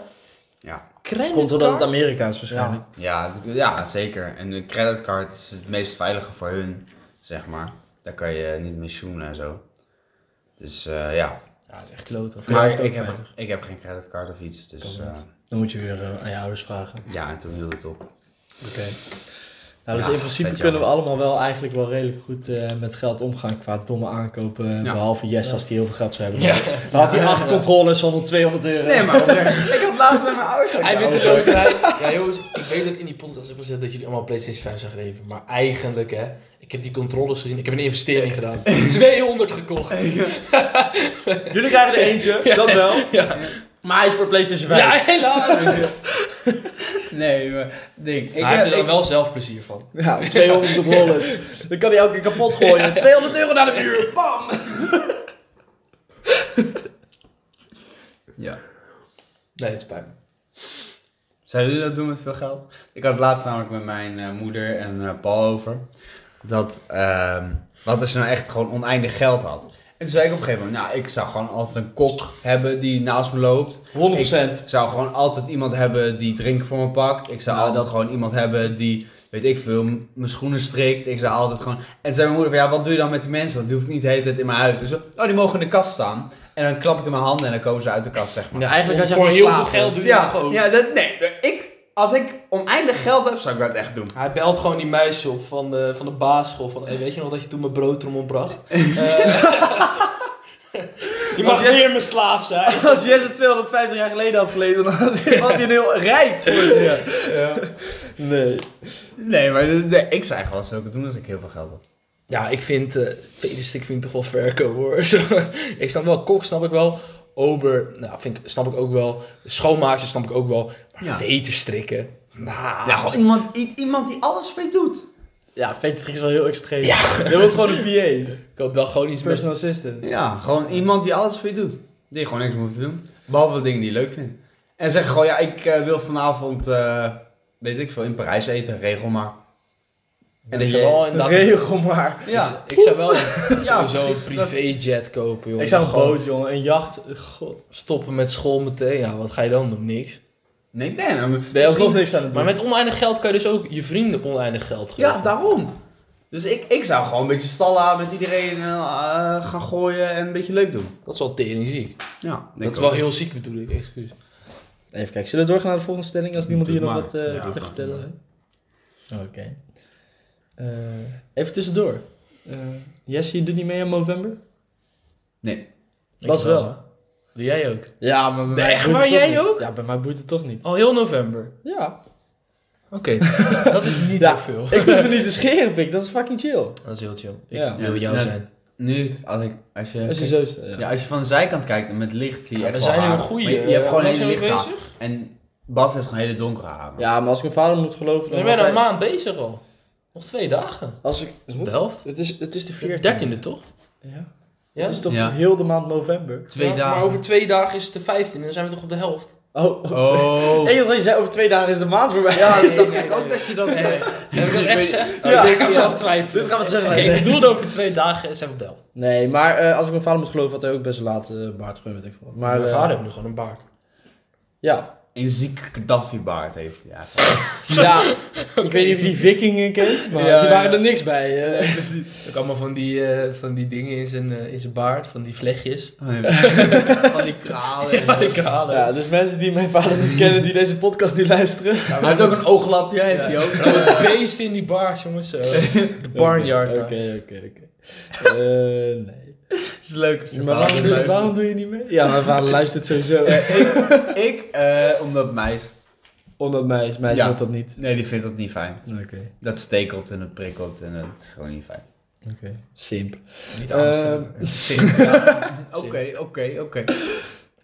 Speaker 4: Ja.
Speaker 5: Creditcard?
Speaker 2: Komt omdat het Amerika is waarschijnlijk.
Speaker 4: Ja, het- ja, zeker. En een creditcard is het meest veilige voor hun, zeg maar. Daar kan je niet mee zoenen en zo. Dus eh, ja.
Speaker 5: Ja, dat is echt kloten.
Speaker 2: jou is
Speaker 4: Maar
Speaker 2: het ook
Speaker 4: ik heb,
Speaker 2: veilig.
Speaker 4: ik heb geen creditcard of iets. Dus
Speaker 2: Kan
Speaker 4: eh,
Speaker 2: Dan moet je weer eh, aan je ouders vragen.
Speaker 4: ja, en toen hield het op.
Speaker 2: Oké. Nou, dus
Speaker 4: Ja,
Speaker 2: in principe
Speaker 4: vet
Speaker 2: kunnen we
Speaker 4: jammer.
Speaker 2: allemaal wel eigenlijk wel redelijk goed eh, met geld omgaan qua domme aankopen.
Speaker 4: Ja.
Speaker 2: Behalve Jess als die heel veel geld zou hebben.
Speaker 5: Ja.
Speaker 2: Dan had hij acht controles van 200 euro.
Speaker 4: Nee, maar ik had laatst bij mijn ouders.
Speaker 5: Hij wint de loterij. Ja, jongens, ik weet dat ik in die podcast heb gezet dat jullie allemaal PlayStation 5 zijn gegeven. Maar eigenlijk, hè, ik heb die controllers gezien. Ik heb een investering gedaan. 200 gekocht.
Speaker 7: Jullie krijgen er eentje, dat wel. Maar hij is voor PlayStation 5.
Speaker 5: Ja, helaas. Maar
Speaker 4: Nee, maar ding. Ik
Speaker 5: Hij heeft
Speaker 4: heb,
Speaker 5: er dan
Speaker 4: ik,
Speaker 5: dus wel zelf plezier van.
Speaker 2: Ja, 200 controles. Dan kan hij elke keer kapot gooien. 200 euro naar de muur. Bam!
Speaker 4: ja.
Speaker 5: Nee, het spijt me.
Speaker 4: Zouden jullie dat doen met veel geld? Ik had het laatst namelijk met mijn eh, moeder en eh, Paul over. Dat, ehm, wat als je nou echt gewoon oneindig geld had. En toen zei ik op een gegeven moment, nou, ik zou gewoon altijd een kok hebben die naast me loopt.
Speaker 2: 100%.
Speaker 4: Ik zou gewoon altijd iemand hebben die drinken voor me pakt. Ik zou altijd gewoon iemand hebben die, weet ik veel, m- mijn schoenen strikt. Ik zou altijd gewoon... En toen zei mijn moeder van, ja, wat doe je dan met die mensen? Want die hoeft niet de hele tijd in mijn huis. Dus, oh, die mogen in de kast staan. En dan klap ik in mijn handen en dan komen ze uit de kast, zeg maar.
Speaker 2: Ja, eigenlijk had je
Speaker 5: Voor
Speaker 2: gewoon
Speaker 5: heel veel
Speaker 2: slaven.
Speaker 5: geld doe je dat
Speaker 4: Ja,
Speaker 5: gewoon.
Speaker 4: ja dat, nee. Ik, als ik oneindig geld heb, zou ik dat echt doen.
Speaker 5: Hij belt gewoon die meisje op van de, van de basisschool. Van, hey, weet je nog dat je toen mijn broodtrommel bracht? Eh, je mag weer mijn slaaf zijn.
Speaker 7: Als Jesse 250 jaar geleden had verleden, dan had hij, had hij een heel rijk voor zich.
Speaker 2: Nee.
Speaker 4: Nee, maar de- de- ik zou eigenlijk wel zulke doen als ik heel veel geld had.
Speaker 5: Ja, ik vind eh vederstik vind ik toch wel verkoop hoor. Zo, ik snap wel, kok snap ik wel. Ober, nou, vind ik, snap ik ook wel. Schoonmaakster snap ik ook wel. Maar
Speaker 4: Ja.
Speaker 5: veterstrikken, nou...
Speaker 4: Ja, gewoon iemand, i- iemand die alles mee doet.
Speaker 2: Ja, vetstrik is wel heel extreem.
Speaker 5: Ja.
Speaker 2: Je wilt gewoon een PA.
Speaker 5: ik hoop dan gewoon iets met...
Speaker 2: Personal assistant.
Speaker 4: Ja, gewoon iemand die alles voor je doet. Die gewoon niks moet doen. Behalve de dingen die je leuk vindt. En zeg gewoon, ja, ik eh, wil vanavond, eh, weet ik veel, in Parijs eten. Regel maar.
Speaker 5: ik
Speaker 4: En dat
Speaker 5: zou
Speaker 4: je-
Speaker 5: wel inderdaad...
Speaker 2: Regel maar.
Speaker 4: Ja.
Speaker 5: Ik zou wel
Speaker 4: Ja,
Speaker 5: sowieso
Speaker 4: precies.
Speaker 5: een privéjet kopen, joh.
Speaker 2: Ik zou een
Speaker 5: Gewoon
Speaker 2: boot, jongen. Een jacht. God.
Speaker 5: Stoppen met school meteen. Ja, wat ga je dan doen? Niks.
Speaker 4: Nee, nee. maar
Speaker 2: Ben je alsnog
Speaker 4: misschien-
Speaker 2: niks aan het doen.
Speaker 5: Maar met oneindig geld kan je dus ook je vrienden oneindig geld geven.
Speaker 4: Ja, daarom. Dus ik, ik zou gewoon een beetje stallen met iedereen eh, gaan gooien en een beetje leuk doen.
Speaker 5: Dat is wel tering ziek.
Speaker 4: Ja,
Speaker 5: Dat is wel heel ziek bedoel ik, excuus.
Speaker 2: Even kijken, zullen we doorgaan naar de volgende stelling als niemand
Speaker 4: Doe
Speaker 2: hier nog
Speaker 4: maar.
Speaker 2: wat eh,
Speaker 4: Ja, doe
Speaker 2: te
Speaker 4: maar.
Speaker 2: vertellen heeft? Oké. Eh, even tussendoor. Eh Jesse, je doet niet mee aan Movember?
Speaker 4: Nee.
Speaker 2: Bas wel.
Speaker 5: Doe jij ook?
Speaker 2: Ja, maar bij
Speaker 5: echt waar, jij ook?
Speaker 2: Ja, bij mij boeit het toch niet.
Speaker 5: Al heel november.
Speaker 2: Ja.
Speaker 5: Oké, dat is niet
Speaker 2: Ja.
Speaker 5: heel veel.
Speaker 2: Ik hoef me niet te scheren, pik. Dat is fucking chill.
Speaker 5: Dat is heel chill. Ik
Speaker 2: Ja.
Speaker 5: wil jou
Speaker 4: Ja,
Speaker 5: zijn.
Speaker 4: Nu, als, ik, als je...
Speaker 2: Als je
Speaker 4: kijk-
Speaker 2: zo staat. Ja.
Speaker 4: Ja, als je van de zijkant kijkt en met licht zie je echt
Speaker 5: we
Speaker 4: wel
Speaker 5: zijn nu
Speaker 4: haar.
Speaker 5: een goeie.
Speaker 4: Maar Je, je hebt gewoon
Speaker 5: Waar
Speaker 4: hele
Speaker 5: zijn we
Speaker 4: lichte haar.
Speaker 5: bezig?
Speaker 4: En Bas heeft gewoon hele donkere haren.
Speaker 2: Ja, maar als ik mijn vader moet geloven...
Speaker 5: We zijn
Speaker 2: Dan
Speaker 5: bijna
Speaker 2: had
Speaker 5: een
Speaker 2: hij-
Speaker 5: maand bezig al. Nog twee dagen.
Speaker 2: Als ik...
Speaker 5: De helft.
Speaker 2: Het is, het is de 14e.
Speaker 5: De dertiende toch?
Speaker 2: Ja.
Speaker 5: Ja?
Speaker 2: Het is toch
Speaker 4: Ja.
Speaker 2: heel de maand november?
Speaker 4: Twee
Speaker 5: Ja,
Speaker 4: dagen.
Speaker 5: Maar over twee dagen is het de vijftiende. Dan zijn we toch op de helft.
Speaker 2: Oh, over twee-
Speaker 4: Oh.
Speaker 2: Ik dacht dat je zei over twee dagen is de maand voorbij.
Speaker 4: Ja, dat dacht ik ook dat je dat eh, zei.
Speaker 5: Heb ik dat echt gezegd?
Speaker 2: Ja.
Speaker 5: Ja. Ik heb zelf twijfelen.
Speaker 2: Dit gaan we
Speaker 5: Oké,
Speaker 2: terugleggen.
Speaker 5: ik bedoelde over twee dagen zijn we op de helft.
Speaker 2: Nee, maar eh, als ik mijn vader moet geloven, had hij ook best een laat eh, baard gewoon, weet ik veel. wat. Maar,
Speaker 5: Mijn
Speaker 2: eh,
Speaker 5: vader heeft nu gewoon een baard.
Speaker 2: Ja.
Speaker 4: Een zieke Gaddafi-baard heeft hij eigenlijk.
Speaker 2: ja. Ik weet niet of je die vikingen kent, maar
Speaker 4: Ja,
Speaker 2: die waren
Speaker 4: ja.
Speaker 2: er niks bij. eh.
Speaker 5: Ook allemaal van die, eh, van die dingen in zijn, eh, in zijn baard. Van die vlechtjes.
Speaker 4: Van die kralen.
Speaker 5: Van die kralen.
Speaker 2: ja, dus mensen die mijn vader niet kennen, die deze podcast niet luisteren.
Speaker 4: Hij heeft ook een ooglapje, heeft hij ook.
Speaker 5: Een beest in die baard, jongens. eh, De barnyard.
Speaker 2: Oké,
Speaker 5: daar.
Speaker 2: oké, oké, oké. Eh, nee.
Speaker 4: Dat is leuk. als je
Speaker 2: Maar
Speaker 4: vader
Speaker 2: waarom,
Speaker 4: luistert.
Speaker 2: waarom doe je niet mee? Ja, mijn vader luistert sowieso.
Speaker 4: Ik, eh, omdat meis...
Speaker 2: Omdat meis, meis
Speaker 4: Ja.
Speaker 2: doet dat niet.
Speaker 4: Nee, die vindt dat niet fijn.
Speaker 2: Oké,
Speaker 4: Dat stekelt en dat prikkelt en dat is gewoon niet fijn.
Speaker 2: oké. Simp.
Speaker 5: Niet
Speaker 2: Ehm,
Speaker 5: aanstellen.
Speaker 4: Oké, oké, oké.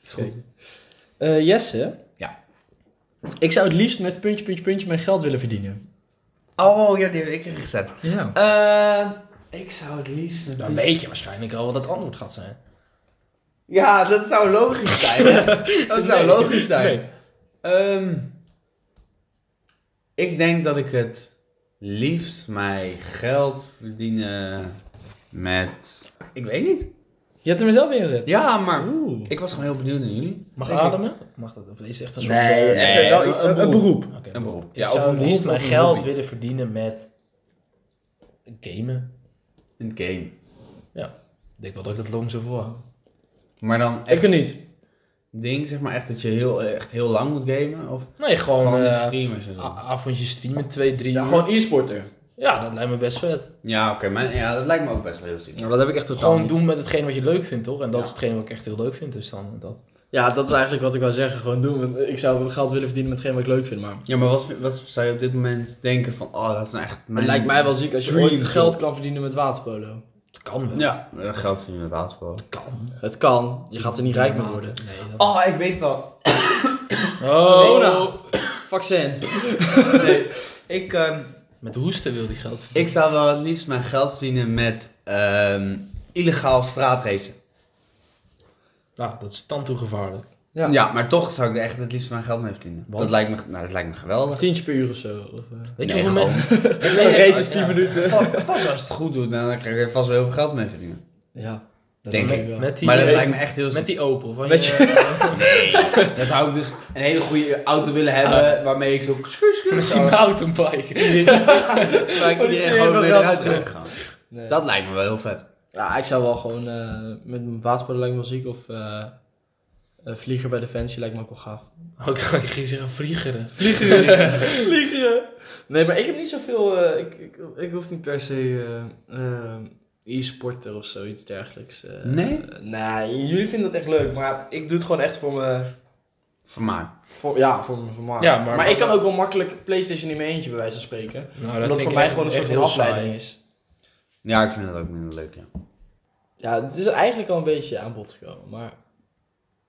Speaker 4: Is goed.
Speaker 2: Eh, Jesse?
Speaker 4: Ja.
Speaker 2: Ik zou het liefst met puntje, puntje, puntje mijn geld willen verdienen.
Speaker 4: Oh ja, die heb ik ingezet.
Speaker 2: Ja.
Speaker 4: Eh, Ik zou het liefst
Speaker 5: Dan weet je waarschijnlijk al wat het antwoord gaat zijn.
Speaker 4: Ja, dat zou logisch zijn. hè? dat zou logisch zijn.
Speaker 5: Nee.
Speaker 4: Ehm, ik denk dat ik het liefst mijn geld verdienen met... Ik weet niet.
Speaker 2: Je hebt hem er zelf ingezet.
Speaker 4: Ja, maar ik was gewoon heel benieuwd naar jullie.
Speaker 5: Mag
Speaker 2: Denk ik.
Speaker 5: ademen? Of mag dat? Of is het echt een soort...
Speaker 4: Nee,
Speaker 5: eh,
Speaker 4: nee,
Speaker 5: wel-
Speaker 4: een-
Speaker 5: een- een
Speaker 4: beroep.
Speaker 5: beroep. Oké.
Speaker 4: Een beroep.
Speaker 5: Ja,
Speaker 4: Ja,
Speaker 5: ik
Speaker 4: of
Speaker 5: zou
Speaker 4: een
Speaker 5: het liefst
Speaker 4: beroep
Speaker 5: mijn
Speaker 4: of een
Speaker 5: geld
Speaker 4: hobby.
Speaker 5: willen verdienen met gamen.
Speaker 4: Een game.
Speaker 5: Ik denk wel dat ik dat lang zo volhoud.
Speaker 4: Maar dan
Speaker 2: Ik
Speaker 4: echt
Speaker 2: kan niet.
Speaker 4: ding, zeg maar echt dat je heel, echt heel lang moet gamen? Of
Speaker 5: Nee, gewoon
Speaker 4: van ah. die
Speaker 5: eh,
Speaker 4: streamers en zo?
Speaker 5: a- avondje streamen, twee, drie
Speaker 2: Ja,
Speaker 5: uur.
Speaker 2: gewoon e-sporter.
Speaker 5: Ja, dat lijkt me best vet.
Speaker 4: Ja, oké. maar ja, dat lijkt me ook best wel heel ziek.
Speaker 2: Nou, dat heb ik echt
Speaker 5: Gewoon doen met hetgeen wat je leuk vindt, toch? En dat is hetgeen wat ik echt heel leuk vind, dus dan dat.
Speaker 2: Ja, dat is eigenlijk wat ik wou zeggen. Gewoon doen. Want ik zou wel geld willen verdienen met hetgeen wat ik leuk vind. Maar
Speaker 4: Ja, maar wat, wat zou je op dit moment denken van, oh, dat is nou echt mijn...
Speaker 2: het lijkt mij wel ziek als je
Speaker 4: dream
Speaker 2: ooit
Speaker 4: job.
Speaker 2: geld kan verdienen met waterpolo.
Speaker 5: Dat kan wel.
Speaker 4: Ja, eh, geld verdienen met waterpolo.
Speaker 5: Kan.
Speaker 2: Het kan. Je gaat er niet rijk mee worden.
Speaker 5: Nee. dat-
Speaker 4: Oh, ik weet wel.
Speaker 5: Oh,
Speaker 2: Vaccin.
Speaker 4: Nee, ik, ehm,
Speaker 5: met hoesten wil die geld
Speaker 4: ik zou wel het liefst mijn geld verdienen met ehm, illegaal straatracen.
Speaker 5: Nou, dat is dan toe gevaarlijk.
Speaker 2: Ja.
Speaker 4: Ja. maar toch zou ik er echt het liefst mijn geld mee verdienen.
Speaker 5: Want?
Speaker 4: Dat lijkt me, nou, dat lijkt me geweldig.
Speaker 2: Tientje per uur of zo. Of, eh.
Speaker 5: Weet
Speaker 4: Nee,
Speaker 5: je hoeveel
Speaker 4: gewoon.
Speaker 5: mensen... Ik weet-
Speaker 2: Een race is 10
Speaker 5: ja.
Speaker 2: minuten.
Speaker 4: Va- Vast als je het goed doet, dan krijg je er vast wel heel veel geld mee verdienen.
Speaker 2: Ja.
Speaker 4: Denk
Speaker 5: met,
Speaker 4: ik.
Speaker 5: Met die,
Speaker 4: Maar dat lijkt me echt heel ziek.
Speaker 5: met die Opel. Van
Speaker 2: Met
Speaker 5: je,
Speaker 4: Dan zou ik dus een hele goede auto willen hebben, waarmee ik zo... schuur, schuur,
Speaker 5: met die
Speaker 4: zou-
Speaker 5: mountainbike.
Speaker 4: Waar ik iedereen
Speaker 2: keer
Speaker 4: gewoon
Speaker 2: van
Speaker 4: mee
Speaker 2: geld
Speaker 4: eruit
Speaker 2: is
Speaker 4: kan gaan.
Speaker 2: Nee.
Speaker 4: Dat lijkt me wel heel vet.
Speaker 2: Ja, ik zou wel gewoon eh, met een waterpolo lijkt me wel ziek. Of eh, een vlieger bij Defensie lijkt me ook wel gaaf.
Speaker 5: Ook Oh, ik dacht, ik ging zeggen vliegeren.
Speaker 2: Vliegen! Nee, maar ik heb niet zoveel... eh, ik, ik, ik hoef niet per se eh, eh, e-sporter of zoiets dergelijks. eh.
Speaker 4: Nee?
Speaker 2: Eh, nee, jullie vinden dat echt leuk. Maar ik doe het gewoon echt voor mijn...
Speaker 4: Vermaak.
Speaker 2: Voor, ja, voor mijn vermaak.
Speaker 5: Ja, maar-
Speaker 2: ik kan ook wel makkelijk Playstation in mijn eentje bij wijze van spreken.
Speaker 5: Nou,
Speaker 2: omdat
Speaker 5: vind
Speaker 2: voor
Speaker 5: ik
Speaker 2: mij
Speaker 5: echt-
Speaker 2: gewoon een soort
Speaker 5: echt
Speaker 2: van
Speaker 5: heel saai.
Speaker 2: afleiding is.
Speaker 4: Ja, ik vind dat ook minder leuk, ja.
Speaker 2: Ja, het is eigenlijk al een beetje aan bod gekomen. Maar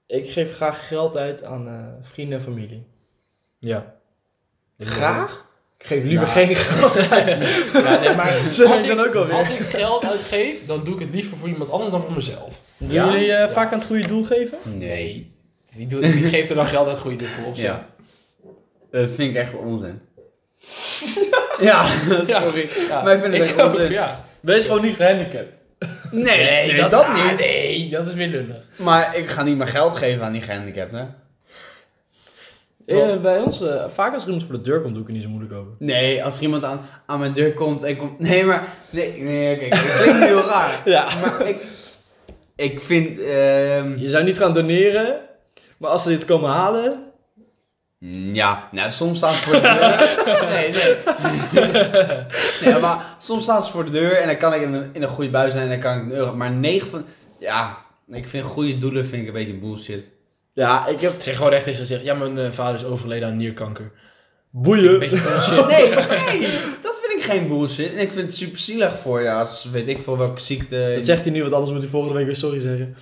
Speaker 2: ik geef graag geld uit aan eh, vrienden en familie.
Speaker 5: Ja.
Speaker 2: Graag?
Speaker 5: Ik geef liever
Speaker 2: geen geld uit.
Speaker 5: Ja, nee, maar als
Speaker 2: Zo, ik
Speaker 5: ik,
Speaker 2: kan ook alweer.
Speaker 5: als ik geld uitgeef, dan doe ik het liever voor iemand anders dan voor mezelf.
Speaker 2: Doen jullie eh, vaak aan het goede doel geven?
Speaker 4: Nee.
Speaker 5: Wie, doet, wie geeft er dan geld uit goede doel voor op? zeg?
Speaker 4: Ja. Dat vind ik echt onzin. ja, sorry.
Speaker 5: Ja.
Speaker 4: Maar ik vind het echt
Speaker 5: ook,
Speaker 4: onzin.
Speaker 5: ja.
Speaker 2: Wees gewoon niet gehandicapt.
Speaker 4: Nee, nee, dat, niet.
Speaker 5: ah, Nee, dat is weer lullig.
Speaker 4: Maar ik ga niet mijn geld geven aan die gehandicapten.
Speaker 2: Eh, bij ons, eh, vaak als er iemand voor de deur komt, doe ik er niet zo moeilijk over.
Speaker 4: Nee, als er iemand aan, aan mijn deur komt en komt... Nee, maar... Nee, nee oké. dat klinkt heel raar.
Speaker 2: Ja.
Speaker 4: Maar ik... Ik vind... ehm,
Speaker 2: Je zou niet gaan doneren, maar als ze dit komen halen...
Speaker 4: Ja, nou, soms staan ze voor de deur. Nee, nee. nee maar soms staan ze voor de deur en dan kan ik in een, in een goede bui zijn en dan kan ik een euro. Maar 9 van. Ja, ik vind goede doelen vind ik een beetje bullshit.
Speaker 2: Ja, ik heb...
Speaker 5: Zeg gewoon recht eens en zeg, ja, mijn eh, vader is overleden aan nierkanker. Een
Speaker 2: Boeien.
Speaker 5: beetje bullshit.
Speaker 4: Nee, nee, dat vind ik geen bullshit. En ik vind het super zielig voor je als weet ik veel welke ziekte.
Speaker 2: Dat zegt hij nu, want anders moet hij volgende week weer sorry zeggen.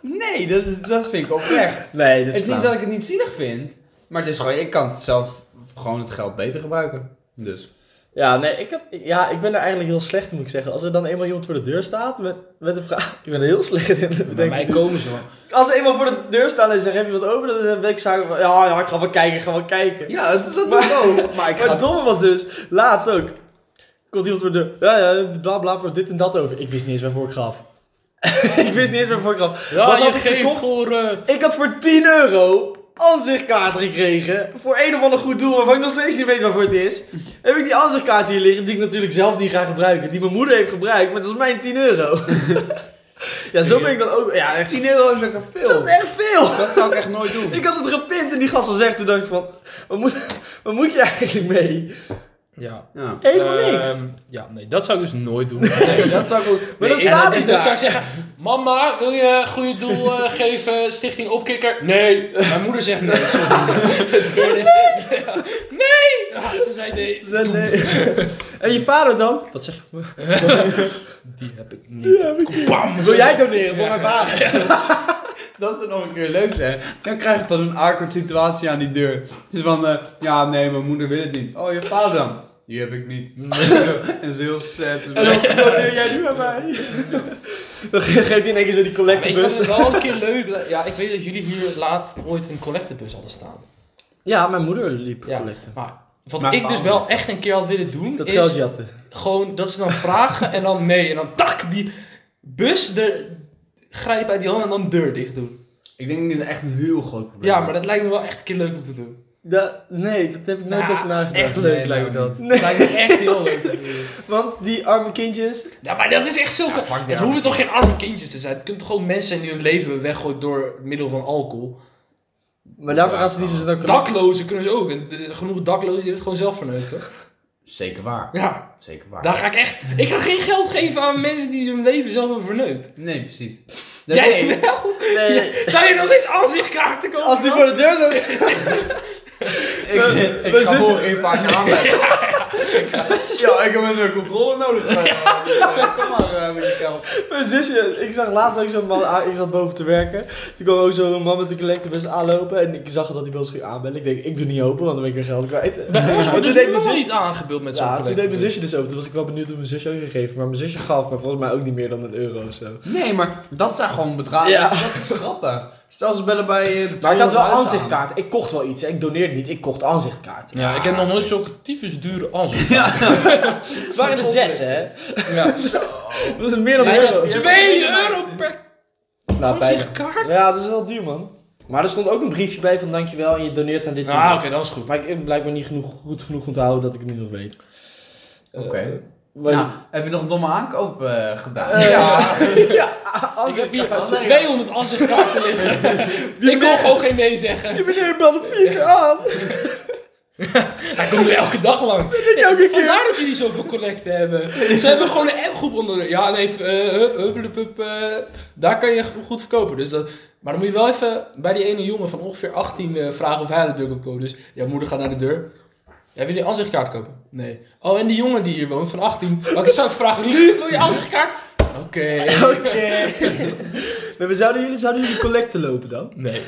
Speaker 4: Nee, dat, is, dat vind ik oprecht.
Speaker 2: Nee,
Speaker 4: Het is niet dat ik het niet zielig vind, maar het is gewoon, ik kan het zelf gewoon het geld beter gebruiken. Dus.
Speaker 2: Ja, nee, ik, heb, ja, ik ben er eigenlijk heel slecht in, moet ik zeggen. Als er dan eenmaal iemand voor de deur staat met, met een vraag... Ik ben er heel slecht in,
Speaker 5: Bij
Speaker 2: denk
Speaker 5: mij
Speaker 2: ik.
Speaker 5: komen ze wel.
Speaker 2: Als er eenmaal voor de deur staat en zegt, heb je wat over? Dan eh, ben ik zo van, ja, ja, ik ga wel kijken, ik ga wel kijken.
Speaker 4: Ja, dat, dat doe ik ook. Maar ik
Speaker 2: Maar
Speaker 4: ga
Speaker 2: het domme was dus, laatst ook. Komt iemand voor de deur. Ja, ja, bla bla voor dit en dat over. Ik wist niet eens waarvoor ik gaf. ik wist niet eens waarvoor ik gaf.
Speaker 5: Ja,
Speaker 2: Wat
Speaker 5: je
Speaker 2: had ik
Speaker 5: geeft
Speaker 2: gekocht?
Speaker 5: voor... eh,
Speaker 2: Ik had voor 10 euro ansichtkaarten gekregen. Voor een of ander goed doel waarvan ik nog steeds niet weet waarvoor het is. Heb ik die ansichtkaart hier liggen, die ik natuurlijk zelf niet ga gebruiken. Die mijn moeder heeft gebruikt, maar dat is mijn 10 euro. ja, zo ben ik dan ook. Ja, echt,
Speaker 4: 10 euro is ook een veel.
Speaker 2: dat is echt veel.
Speaker 4: Dat zou ik echt nooit doen.
Speaker 2: Ik had het gepint en die gast was weg. Toen dacht ik van, wat moet, wat moet je eigenlijk mee?
Speaker 5: ja.
Speaker 4: Ja.
Speaker 2: Helemaal niks.
Speaker 5: Ehm, ja, nee, dat zou ik dus nooit doen.
Speaker 4: Nee, dat zou ik ook.
Speaker 2: Maar dat
Speaker 5: En
Speaker 4: Maar dat
Speaker 5: dan,
Speaker 2: staat
Speaker 5: en
Speaker 2: dus
Speaker 5: dan
Speaker 2: daar.
Speaker 5: zou ik zeggen, mama, wil je goede doel eh, geven, stichting opkikker? Nee, mijn moeder zegt nee, sorry. nee! nee! Ja, ze zei nee.
Speaker 2: Ze- nee. en je vader dan? Wat zeg je?
Speaker 5: Die heb ik niet. Bam!
Speaker 2: Wil jij doneren voor mijn vader?
Speaker 4: dat zou nog een keer leuk zijn. Dan krijg ik pas een awkward situatie aan die deur. Het is van, eh, ja nee, mijn moeder wil het niet. Oh, je vader dan? Die heb ik niet. en zo heel sad.
Speaker 8: Wat jij nu aan mij? Dan ge- geeft hij in één keer zo die
Speaker 5: Weet je, dat
Speaker 8: collectebus.
Speaker 5: is wel een keer leuk. Ja, ik weet dat jullie hier laatst ooit een collectebus hadden staan.
Speaker 2: Ja, mijn moeder liep
Speaker 5: Ja.
Speaker 2: collecten.
Speaker 5: Maar wat
Speaker 9: Maar
Speaker 5: ik dus
Speaker 9: waarom?
Speaker 5: wel echt een keer had willen doen,
Speaker 2: Dat
Speaker 5: is
Speaker 2: geld jatten.
Speaker 5: gewoon dat ze dan vragen en dan nee. En dan tak, die bus de, grijpen uit die hand en dan de deur dicht doen.
Speaker 4: Ik denk dat dit echt een heel groot probleem
Speaker 5: Ja, maar dat lijkt me wel echt een keer leuk om te doen.
Speaker 2: Da- nee, dat heb ik nooit
Speaker 5: Nou,
Speaker 2: over nagedacht.
Speaker 5: Echt leuk lijkt me dat. Lijkt me echt heel leuk om te doen.
Speaker 2: Want die arme kindjes.
Speaker 5: Ja, maar dat is echt zulke... het hoeven toch geen arme kindjes te zijn? Het kunnen toch gewoon mensen zijn die hun leven hebben weggooid door middel van alcohol?
Speaker 2: Maar daarvoor gaan ze niet zo snel collecten.
Speaker 5: Daklozen kunnen ze ook. En, eh, Genoeg daklozen die hebben het gewoon zelf verneukt, toch?
Speaker 4: Zeker waar.
Speaker 5: Ja.
Speaker 4: Zeker waar.
Speaker 5: Daar ga ik echt. Ik ga geen geld geven aan mensen die hun leven zelf hebben verneukt.
Speaker 4: Nee, precies.
Speaker 5: Jij wel?
Speaker 2: Nee. Eh,
Speaker 5: Zou je nog steeds aanzichtkaarten kopen?
Speaker 2: Als die voor de deur zou staan.
Speaker 4: Ik, ik
Speaker 2: mijn
Speaker 4: ga
Speaker 2: zus-
Speaker 4: morgen een paar keer aanleggen. Ja, ik heb een controle nodig. Eh, Kom maar eh, met je geld.
Speaker 2: Mijn zusje, ik zag laatst ook zo'n man, aan- ik zat boven te werken. Toen kwam ook zo'n man met een collectebus aanlopen en ik zag dat hij bij ons ging aanbellen. Ik denk, ik doe niet open, want dan ben ik weer geld kwijt.
Speaker 5: Bij ons
Speaker 2: Maar
Speaker 5: wordt
Speaker 2: toen
Speaker 5: dus
Speaker 2: deed mijn
Speaker 5: nooit
Speaker 2: zusje,
Speaker 5: aangebeeld met zo'n
Speaker 2: ja, toen
Speaker 5: collecte.
Speaker 2: deed mijn zusje dus open. Toen was ik wel benieuwd hoe mijn zusje ook gegeven. Maar mijn zusje gaf me volgens mij ook niet meer dan een euro of zo.
Speaker 4: Nee, maar dat zijn gewoon bedragen.
Speaker 2: Ja.
Speaker 4: Dat is grappig. Stel ze bellen bij. eh,
Speaker 2: Maar ik had wel
Speaker 4: 200
Speaker 2: aanzichtkaarten. Ik kocht wel iets. hè. Ik doneerde niet, ik kocht aanzichtkaarten.
Speaker 5: Ja, ik heb nog nooit zo'n tyfus dure aanzicht.
Speaker 2: Het waren er zes, hè?
Speaker 5: Ja.
Speaker 2: Dat was meer dan een
Speaker 5: Bijna
Speaker 2: euro.
Speaker 5: 2 Eh, euro per
Speaker 2: Nou, bijna.
Speaker 5: aanzichtkaart? Ja,
Speaker 2: Ja, dat is wel duur, man. Maar er stond ook een briefje bij van dankjewel en je doneert aan dit en
Speaker 5: ah,
Speaker 2: dat.
Speaker 5: oké, dat is goed.
Speaker 2: Maar ik heb blijkbaar niet genoeg, goed genoeg onthouden dat ik het nu nog weet. Eh,
Speaker 4: Oké.
Speaker 2: Maar-
Speaker 4: Nou, heb je nog een domme aankoop eh, gedaan?
Speaker 2: Eh,
Speaker 5: Ja, ik
Speaker 2: Als
Speaker 5: heb
Speaker 2: ik
Speaker 5: hier
Speaker 4: wat zeg je?
Speaker 5: 200 aanzichtkaarten liggen. Ik kon gewoon geen nee zeggen.
Speaker 2: die meneer belde vier keer aan.
Speaker 5: Hij komt er elke dag lang.
Speaker 2: elke keer.
Speaker 5: Vandaar dat jullie zoveel collecten hebben. Ze hebben gewoon een appgroep onder. de- Ja, nee, eh, hup, hup, hup, hup, eh, daar kan je go- goed verkopen. Dus dat, maar dan moet je wel even bij die ene jongen van ongeveer 18 eh, vragen of hij de deur kan kopen. Dus jouw moeder gaat naar de deur. Hebben jullie een aanzichtkaart kopen? Nee. Oh, en die jongen die hier woont van 18. Oké, zou ik vragen, Luc, wil je aanzichtkaart? Oké.
Speaker 2: Oké. Nee, maar zouden jullie, zouden jullie collecten lopen dan?
Speaker 5: Nee.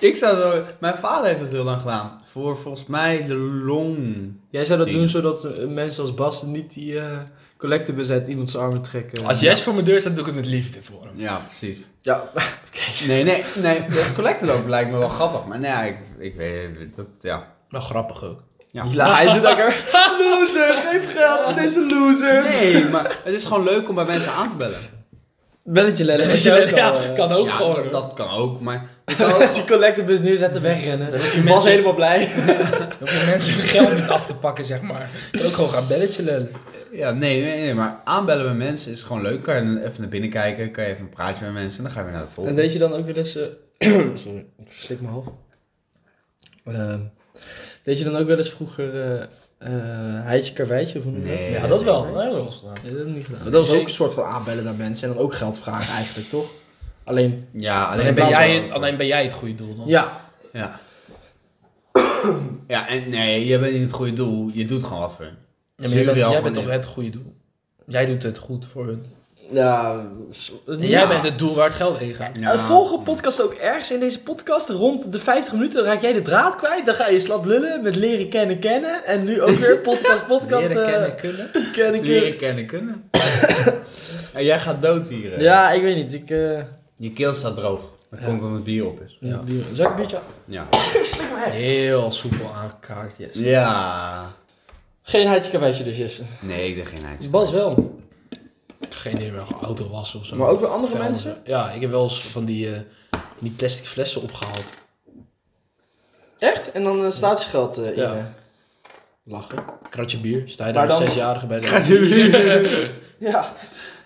Speaker 4: Ik zou zo. Mijn vader heeft dat heel lang gedaan. Voor volgens mij de long.
Speaker 2: Jij zou dat
Speaker 4: Ik-
Speaker 2: doen zodat eh, mensen als Bas niet die eh, collectebus uit iemands armen trekken.
Speaker 5: Als jij eens voor mijn deur staat, doe ik het met liefde voor hem.
Speaker 4: Ja, precies.
Speaker 2: Ja,
Speaker 4: Nee, nee, nee. Collectorloop lijkt me wel grappig. Maar nee, ja, ik, ik weet dat. Ja.
Speaker 5: Wel grappig ook.
Speaker 4: ja.
Speaker 2: hij doet lekker. Loser, geef geld aan deze losers.
Speaker 4: Nee, maar het is gewoon leuk om bij mensen aan te bellen.
Speaker 2: Belletje lellen.
Speaker 5: Weet je wel,
Speaker 2: eh,
Speaker 5: eh, ja, kan ook
Speaker 4: Ja,
Speaker 5: gewoon.
Speaker 4: dat,
Speaker 5: hoor.
Speaker 4: dat kan ook, maar.
Speaker 2: Met die collectebus neerzetten, wegrennen.
Speaker 5: Dan hoef je
Speaker 2: Bas
Speaker 5: mensen-
Speaker 2: helemaal blij.
Speaker 5: Dan hoef je mensen hun geld niet af te pakken, zeg maar. Je kan ook gewoon gaan belletje lellen.
Speaker 4: Ja, nee, nee, nee, maar aanbellen bij mensen is gewoon leuk. Kan je even naar binnen kijken, kan je even een praatje met mensen en dan ga je weer naar de
Speaker 2: En
Speaker 4: volgende.
Speaker 2: deed je dan ook wel eens. eh, Sorry, ik verslik me half. Ehm, deed je dan ook wel eens vroeger eh eh, heitje karweitje? Of hoe noem je
Speaker 4: Nee.
Speaker 2: dat?
Speaker 5: Ja, dat wel. Dat hebben we wel eens gedaan.
Speaker 2: Nee, dat heb ik niet gedaan. Maar dat was
Speaker 5: Zeker.
Speaker 2: ook een soort van aanbellen naar mensen en dan ook geld vragen eigenlijk, toch? Alleen,
Speaker 4: Ja, alleen
Speaker 5: Alleen ben,
Speaker 4: plaats-
Speaker 5: jij het, alleen ben jij het goede doel dan.
Speaker 2: ja.
Speaker 4: Ja. ja, en nee, je bent niet het goede doel. Je doet gewoon wat voor hun.
Speaker 5: Ja, maar
Speaker 4: Ze
Speaker 5: jij bent,
Speaker 4: willen jou
Speaker 5: jij
Speaker 4: gewoon
Speaker 5: bent toch
Speaker 4: in.
Speaker 5: het goede doel? Jij doet het goed voor hun.
Speaker 2: Ja,
Speaker 5: En jij bent het doel waar het geld heen gaat.
Speaker 4: Ja.
Speaker 2: Volgende podcast ook ergens in deze podcast. Rond de 50 minuten raak jij de draad kwijt. Dan ga je slap lullen met leren kennen kennen. En nu ook weer podcast, podcast.
Speaker 5: Leren
Speaker 2: eh,
Speaker 5: kennen, kunnen.
Speaker 2: kennen,
Speaker 4: Leren kennen kunnen. en jij gaat dood hier. hè.
Speaker 2: Ja, ik weet niet. Ik, eh
Speaker 4: Je keel staat droog. Dat komt omdat het bier op is.
Speaker 5: Ja.
Speaker 2: Zal ik een beetje...
Speaker 4: Ja.
Speaker 5: Heel soepel aangekaart, yes.
Speaker 4: Ja.
Speaker 2: Geen heitje karweitje dus, Jesse.
Speaker 4: Nee, ik denk geen ijs.
Speaker 2: Bas wel.
Speaker 5: Geen idee meer, gewoon auto wassen of zo.
Speaker 2: Maar ook weer andere
Speaker 5: Vuilnis.
Speaker 2: mensen?
Speaker 5: Ja, ik heb wel eens van die, eh, van die plastic flessen opgehaald.
Speaker 2: Echt? En dan eh, statiegeld eh, in.
Speaker 5: Ja.
Speaker 2: eh, Lachen.
Speaker 5: Kratje bier, sta je
Speaker 2: Maar
Speaker 5: daar als
Speaker 2: dan-
Speaker 5: zesjarige bij de...
Speaker 2: Ja.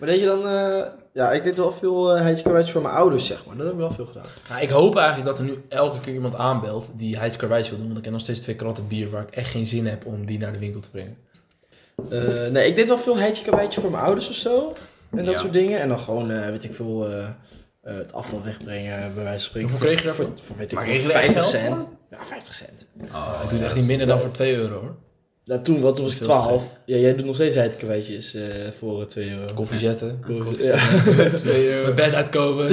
Speaker 2: Maar deed je dan... eh, ja, ik deed wel veel uh, voor mijn ouders, zeg maar. Dat heb ik wel veel gedaan.
Speaker 5: Ja, ik hoop eigenlijk dat er nu elke keer iemand aanbelt die Heids Karwijs wil doen. Want ik heb nog steeds twee kratten bier waar ik echt geen zin heb om die naar de winkel te brengen.
Speaker 2: Eh, nee, ik deed wel veel heidjekawijtje voor mijn ouders of zo. En dat
Speaker 4: Ja.
Speaker 2: soort dingen. En dan gewoon, eh, weet ik veel, eh, eh, het afval wegbrengen, bij wijze van spreken.
Speaker 5: Hoeveel kreeg je
Speaker 2: Voor, voor weet ik
Speaker 4: Maar
Speaker 2: veel,
Speaker 4: kreeg je er echt
Speaker 2: 50
Speaker 4: geld
Speaker 2: cent. Ja, 50 cent.
Speaker 4: Oh,
Speaker 5: ik doe het echt niet minder dan voor 2 euro hoor.
Speaker 2: Nou, toen, wat, toen was ik
Speaker 5: Dat is veel te
Speaker 2: 12. Ja, jij doet nog steeds heidjekawijtjes eh voor eh, 2 euro.
Speaker 5: Koffie zetten,
Speaker 2: Dus, Ja.
Speaker 5: mijn bed uitkomen.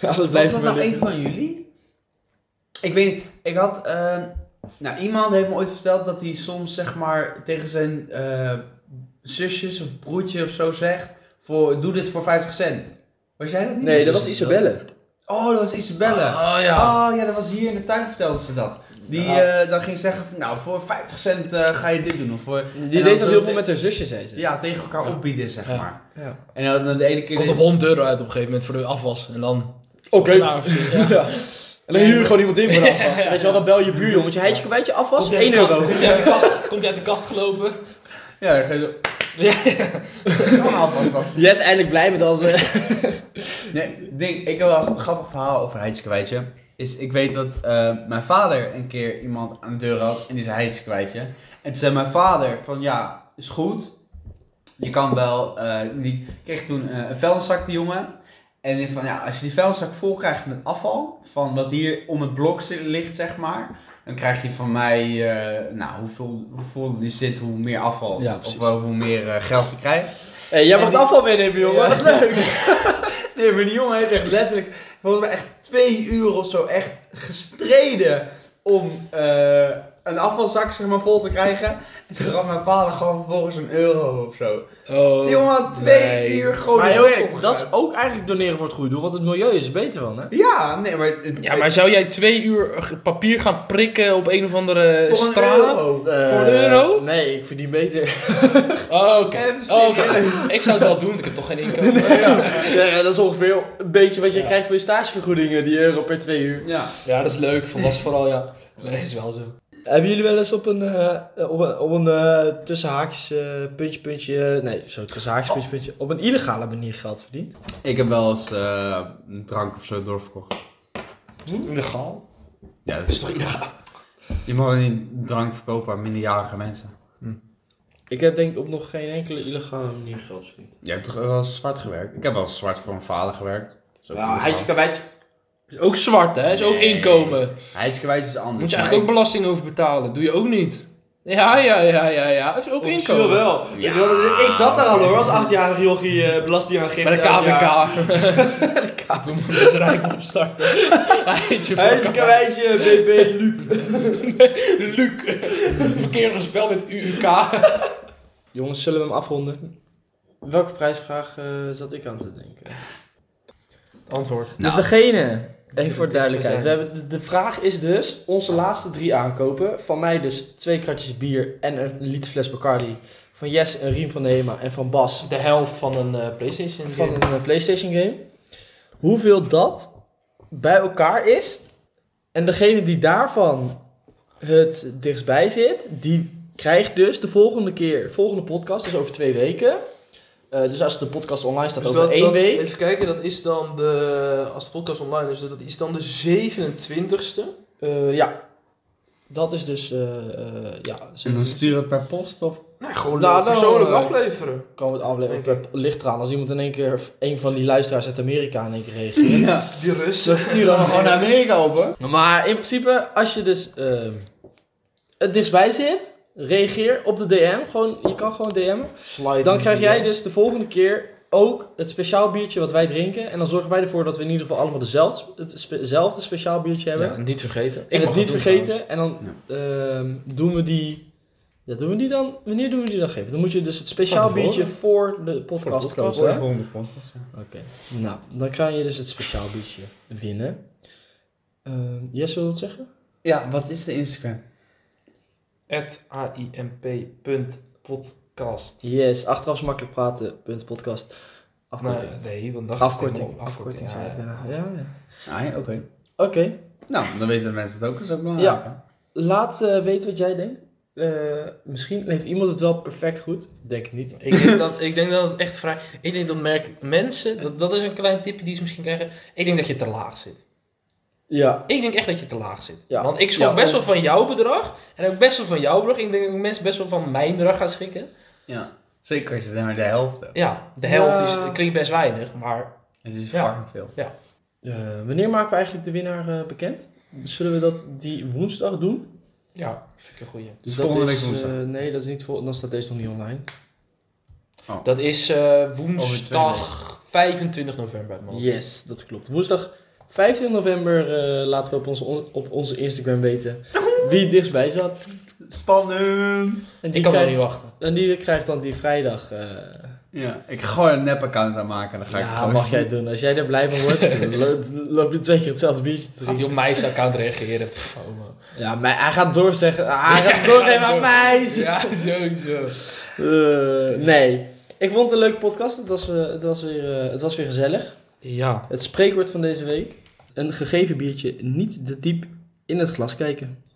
Speaker 2: Alles
Speaker 4: Was
Speaker 2: blijft
Speaker 4: dat
Speaker 2: maar
Speaker 4: nou
Speaker 2: liggen.
Speaker 4: een van jullie? Ik weet niet. Ik had. ehm, Nou, iemand heeft me ooit verteld dat hij soms zeg maar tegen zijn eh, zusjes of broertje of zo zegt: voor, Doe dit voor 50 cent. Was jij dat niet?
Speaker 2: Nee, dat Ah, was Isabelle.
Speaker 4: Oh, dat was Isabelle.
Speaker 10: Oh ja.
Speaker 4: Oh ja, dat was hier in de tuin vertelde ze dat. Die
Speaker 2: Ja.
Speaker 4: eh, dan ging zeggen: van, Nou, voor 50 cent eh, ga je dit doen. Of voor,
Speaker 2: Die
Speaker 4: dan
Speaker 2: deed
Speaker 4: zo
Speaker 2: dat heel
Speaker 4: te-
Speaker 2: veel met haar zusje, zei ze.
Speaker 4: ja, tegen elkaar opbieden, zeg
Speaker 10: Ja.
Speaker 4: maar.
Speaker 2: Ja.
Speaker 4: En dan, dan de ene keer.
Speaker 10: Komt op 100 euro uit op een gegeven moment voor de afwas. En dan.
Speaker 2: Oké.
Speaker 10: Klaar, precies. Ja.
Speaker 2: Ja. En dan huur je gewoon iemand in voor de afwas. Weet je wel, dan bel je buurjongetje. Hij is een beetje afwas,
Speaker 10: Komt hij uit
Speaker 2: 1
Speaker 10: de
Speaker 2: euro.
Speaker 10: kast- Komt hij uit de kast, komt hij uit de kast gelopen?
Speaker 4: Ja, dan ga je zo.
Speaker 10: Ja.
Speaker 4: Normaal was- was.
Speaker 2: Yes, eindelijk blij met als. eh,
Speaker 4: Nee, ding, ik heb wel een grappig verhaal over heidjes kwijtje. Is, ik weet dat eh, mijn vader een keer iemand aan de deur had en die zei heidjes kwijtje. En toen zei mijn vader van ja, is goed. Je kan wel, eh, die kreeg toen eh, een vuilniszak die jongen. En ik van ja, als je die vuilniszak vol krijgt met afval, van wat hier om het blok zi- ligt zeg maar. Dan krijg je van mij, eh, nou hoeveel, hoeveel die zit, hoe meer afval.
Speaker 2: Ja,
Speaker 4: of
Speaker 2: precies.
Speaker 4: eh, hoe meer eh, geld je krijgt.
Speaker 2: hey, jij mag
Speaker 4: En
Speaker 2: het
Speaker 4: die-
Speaker 2: afval meenemen, jongen.
Speaker 4: Ja.
Speaker 2: Wat leuk.
Speaker 4: Nee, maar die jongen heeft echt letterlijk, volgens mij echt twee uur of zo, echt gestreden om eh, een afvalzak zeg maar, vol te krijgen. En toen gaf mijn vader gewoon vervolgens een euro of zo.
Speaker 10: Oh.
Speaker 4: Die jongen had twee
Speaker 10: nee.
Speaker 4: uur gewoon
Speaker 2: Maar
Speaker 4: de
Speaker 2: heel
Speaker 4: bak
Speaker 2: eerlijk, dat is
Speaker 4: opgeruimd.
Speaker 2: ook eigenlijk doneren voor het goede doel, want het milieu is er beter van, hè?
Speaker 4: Ja, nee, maar... het-
Speaker 10: Ja, maar zou jij twee uur papier gaan prikken op een of andere
Speaker 4: voor een
Speaker 10: straat?
Speaker 4: euro.
Speaker 2: Eh,
Speaker 10: een euro?
Speaker 2: Nee, ik verdien beter.
Speaker 10: Oh, oké.
Speaker 4: Even
Speaker 10: Oh, oké.
Speaker 4: serieus.
Speaker 10: Ik zou het wel doen, want ik heb toch geen inkomen.
Speaker 2: Nee, dat is ongeveer een beetje wat je krijgt voor je stagevergoedingen, die euro per twee uur.
Speaker 4: Ja.
Speaker 10: Ja, dat is leuk. Volwassen vooral, ja. Nee, is wel zo.
Speaker 2: Hebben jullie wel eens op een, eh, op een, op een eh, tussenhaakjes eh, puntje, puntje, nee, zo tussenhaakjes, puntje, puntje, op een illegale manier geld verdiend?
Speaker 1: Ik heb wel eens eh, een drank of zo doorverkocht.
Speaker 10: Legaal.
Speaker 1: Ja, dat is toch Je mag niet drank verkopen aan minderjarige mensen.
Speaker 2: Ik heb denk ik op nog geen enkele illegale manier geld verdiend.
Speaker 1: Jij hebt toch wel eens zwart gewerkt? Ik heb wel eens zwart voor mijn vader gewerkt.
Speaker 10: Ja, heidje kwijt. Is ook zwart, hè? Is ook
Speaker 1: Nee.
Speaker 10: inkomen.
Speaker 1: Heidje kwijt is anders.
Speaker 10: Moet je eigenlijk ook belasting over betalen. Doe je ook niet. Ja, ja, ja, ja, ja. Is ook
Speaker 2: Officieel
Speaker 10: inkomen.
Speaker 2: wel. Weet je wel, dus ik zat daar al hoor, als achtjarige jochie eh, belastingaangifte.
Speaker 10: Bij de
Speaker 2: elk
Speaker 10: KVK.
Speaker 2: jaar.
Speaker 10: Ik wil mijn bedrijf opstarten. Heidje voor
Speaker 2: Heidje,
Speaker 10: elkaar.
Speaker 2: kawijtje, BB, Luc.
Speaker 10: Luc. Verkeerd gespeld met UUK.
Speaker 2: Jongens, zullen we hem afronden? Welke prijsvraag eh, zat ik aan te denken?
Speaker 10: Antwoord.
Speaker 2: Dus degene, even voor de duidelijkheid. We
Speaker 10: zijn.
Speaker 2: hebben, de- de vraag is dus, onze laatste drie aankopen. Van mij dus twee kratjes bier en een liter fles Bacardi. Van Jess een riem van Nema en van Bas
Speaker 10: De helft van een eh, PlayStation.
Speaker 2: van
Speaker 10: game.
Speaker 2: een eh, Playstation game. Hoeveel dat bij elkaar is. En degene die daarvan het dichtstbij zit, die krijgt dus de volgende keer, volgende podcast, dus over twee weken. Eh, dus als de podcast online staat over één week.
Speaker 10: Dus Even kijken, dat is dan de. Als de podcast online is, dat is dan de 27 e
Speaker 2: Eh, ja. Dat is dus, eh, eh, ja,
Speaker 4: Mhm.
Speaker 2: zo
Speaker 1: En dan stuur je het per post of?
Speaker 10: Nee, gewoon
Speaker 2: Nou, dan,
Speaker 10: eh, persoonlijk
Speaker 2: eh,
Speaker 10: afleveren.
Speaker 2: kan het afleveren.
Speaker 10: Denk
Speaker 2: Ligt eraan, als iemand in één keer, een van die luisteraars uit Amerika in één keer reageert.
Speaker 4: Ja.
Speaker 10: Die Russen.
Speaker 2: Dan sturen we
Speaker 4: Gewoon naar Amerika op, hoor.
Speaker 2: Maar in principe, als je dus ehm, het dichtstbij zit, reageer op de DM. Gewoon, je kan gewoon DM'en.
Speaker 10: Slide
Speaker 2: Dan krijg jij dus de volgende keer ook het speciaal biertje wat wij drinken. En dan zorgen wij ervoor dat we in ieder geval allemaal dezelfde, hetzelfde speciaal biertje hebben.
Speaker 10: Ja, niet vergeten.
Speaker 2: En het
Speaker 10: mag
Speaker 2: dus- niet
Speaker 10: doen,
Speaker 2: vergeten. En dan ehm, doen we die. Ja, doen we die dan? Wanneer doen we die dan geven? Dan moet je dus het speciaal
Speaker 10: Van tevoren.
Speaker 2: biertje voor de podcast
Speaker 1: Voor
Speaker 2: kopen,
Speaker 1: de
Speaker 2: hè?
Speaker 1: volgende podcast. ja.
Speaker 2: Nou, dan kan je dus het speciaal biertje winnen. Ehm Jess wil het zeggen?
Speaker 4: Ja, wat is de Instagram?
Speaker 10: trouwens. At AIMP.podcast.
Speaker 2: Yes, achteraf makkelijk praten. Punt podcast. Afkorting.
Speaker 10: Nee, nee, want dat
Speaker 2: Nou, afkorting.
Speaker 10: Afkorting,
Speaker 2: afkorting. zei ik
Speaker 10: ja.
Speaker 2: bijna. Ja, ja.
Speaker 4: Ah, ja, oké.
Speaker 2: Oké,
Speaker 4: Nou, dan weten de mensen het ook. Dat is ook belangrijk, hè?
Speaker 2: laat eh, weten wat jij denkt. Eh, misschien heeft iemand het wel perfect goed. Ik Denk het niet.
Speaker 10: Ik denk, dat, ik denk dat het echt vrij. Ik denk dat merk mensen. Dat, dat is een klein tipje die ze misschien krijgen. Ik denk dat je te laag zit.
Speaker 2: Ja,
Speaker 10: Ik denk echt dat je te laag zit.
Speaker 2: Ja.
Speaker 10: Want ik schrok
Speaker 2: Ja,
Speaker 10: best
Speaker 2: of-
Speaker 10: wel van jouw bedrag. En ook best wel van jouw bedrag. Ik denk dat mensen best wel van mijn bedrag gaan schrikken.
Speaker 4: Ja. Zeker als je dan maar de helft hebt.
Speaker 10: Ja, de helft
Speaker 2: Ja.
Speaker 10: Is, klinkt best weinig. Maar
Speaker 4: Het is
Speaker 10: Ja.
Speaker 4: fucking veel.
Speaker 2: Eh, wanneer maken we eigenlijk de winnaar eh, bekend? Zullen we dat die woensdag doen?
Speaker 10: ja, vind ik een goeie.
Speaker 1: Dus
Speaker 2: dat
Speaker 1: volgende
Speaker 2: is,
Speaker 1: week woensdag.
Speaker 2: eh, nee, dat is niet vol- dan staat deze nog niet online.
Speaker 10: Dat is eh,
Speaker 4: Over twee
Speaker 10: woensdag 25 november. Man.
Speaker 2: Yes, dat klopt. Woensdag 15 november eh, laten we op onze, on- op onze Instagram weten wie het dichtstbij zat.
Speaker 4: Spannend.
Speaker 2: En die,
Speaker 5: Ik kan wel
Speaker 2: krijgt,
Speaker 5: niet wachten.
Speaker 2: en die krijgt dan die vrijdag. eh,
Speaker 4: Ja, ik ga gewoon een nep-account aanmaken. Dan ga ik
Speaker 2: ja,
Speaker 4: gewoon...
Speaker 2: mag jij doen. Als jij er blij van wordt, lo- loop je twee keer hetzelfde biertje te
Speaker 5: Gaat hij
Speaker 2: drinken.
Speaker 5: op mijn account reageren? Pff, oh man.
Speaker 2: Ja, maar hij gaat doorzeggen. Ah, Hij
Speaker 5: Ja,
Speaker 2: gaat doorgeven
Speaker 5: gaat
Speaker 2: aan
Speaker 5: door.
Speaker 2: mij.
Speaker 5: Ja, sowieso.
Speaker 2: Eh, nee. Ik vond het een leuke podcast. Het was, eh, het, was weer, eh, het was weer gezellig.
Speaker 5: Ja.
Speaker 2: Het spreekwoord van deze week. Een gegeven biertje niet te diep in het glas kijken.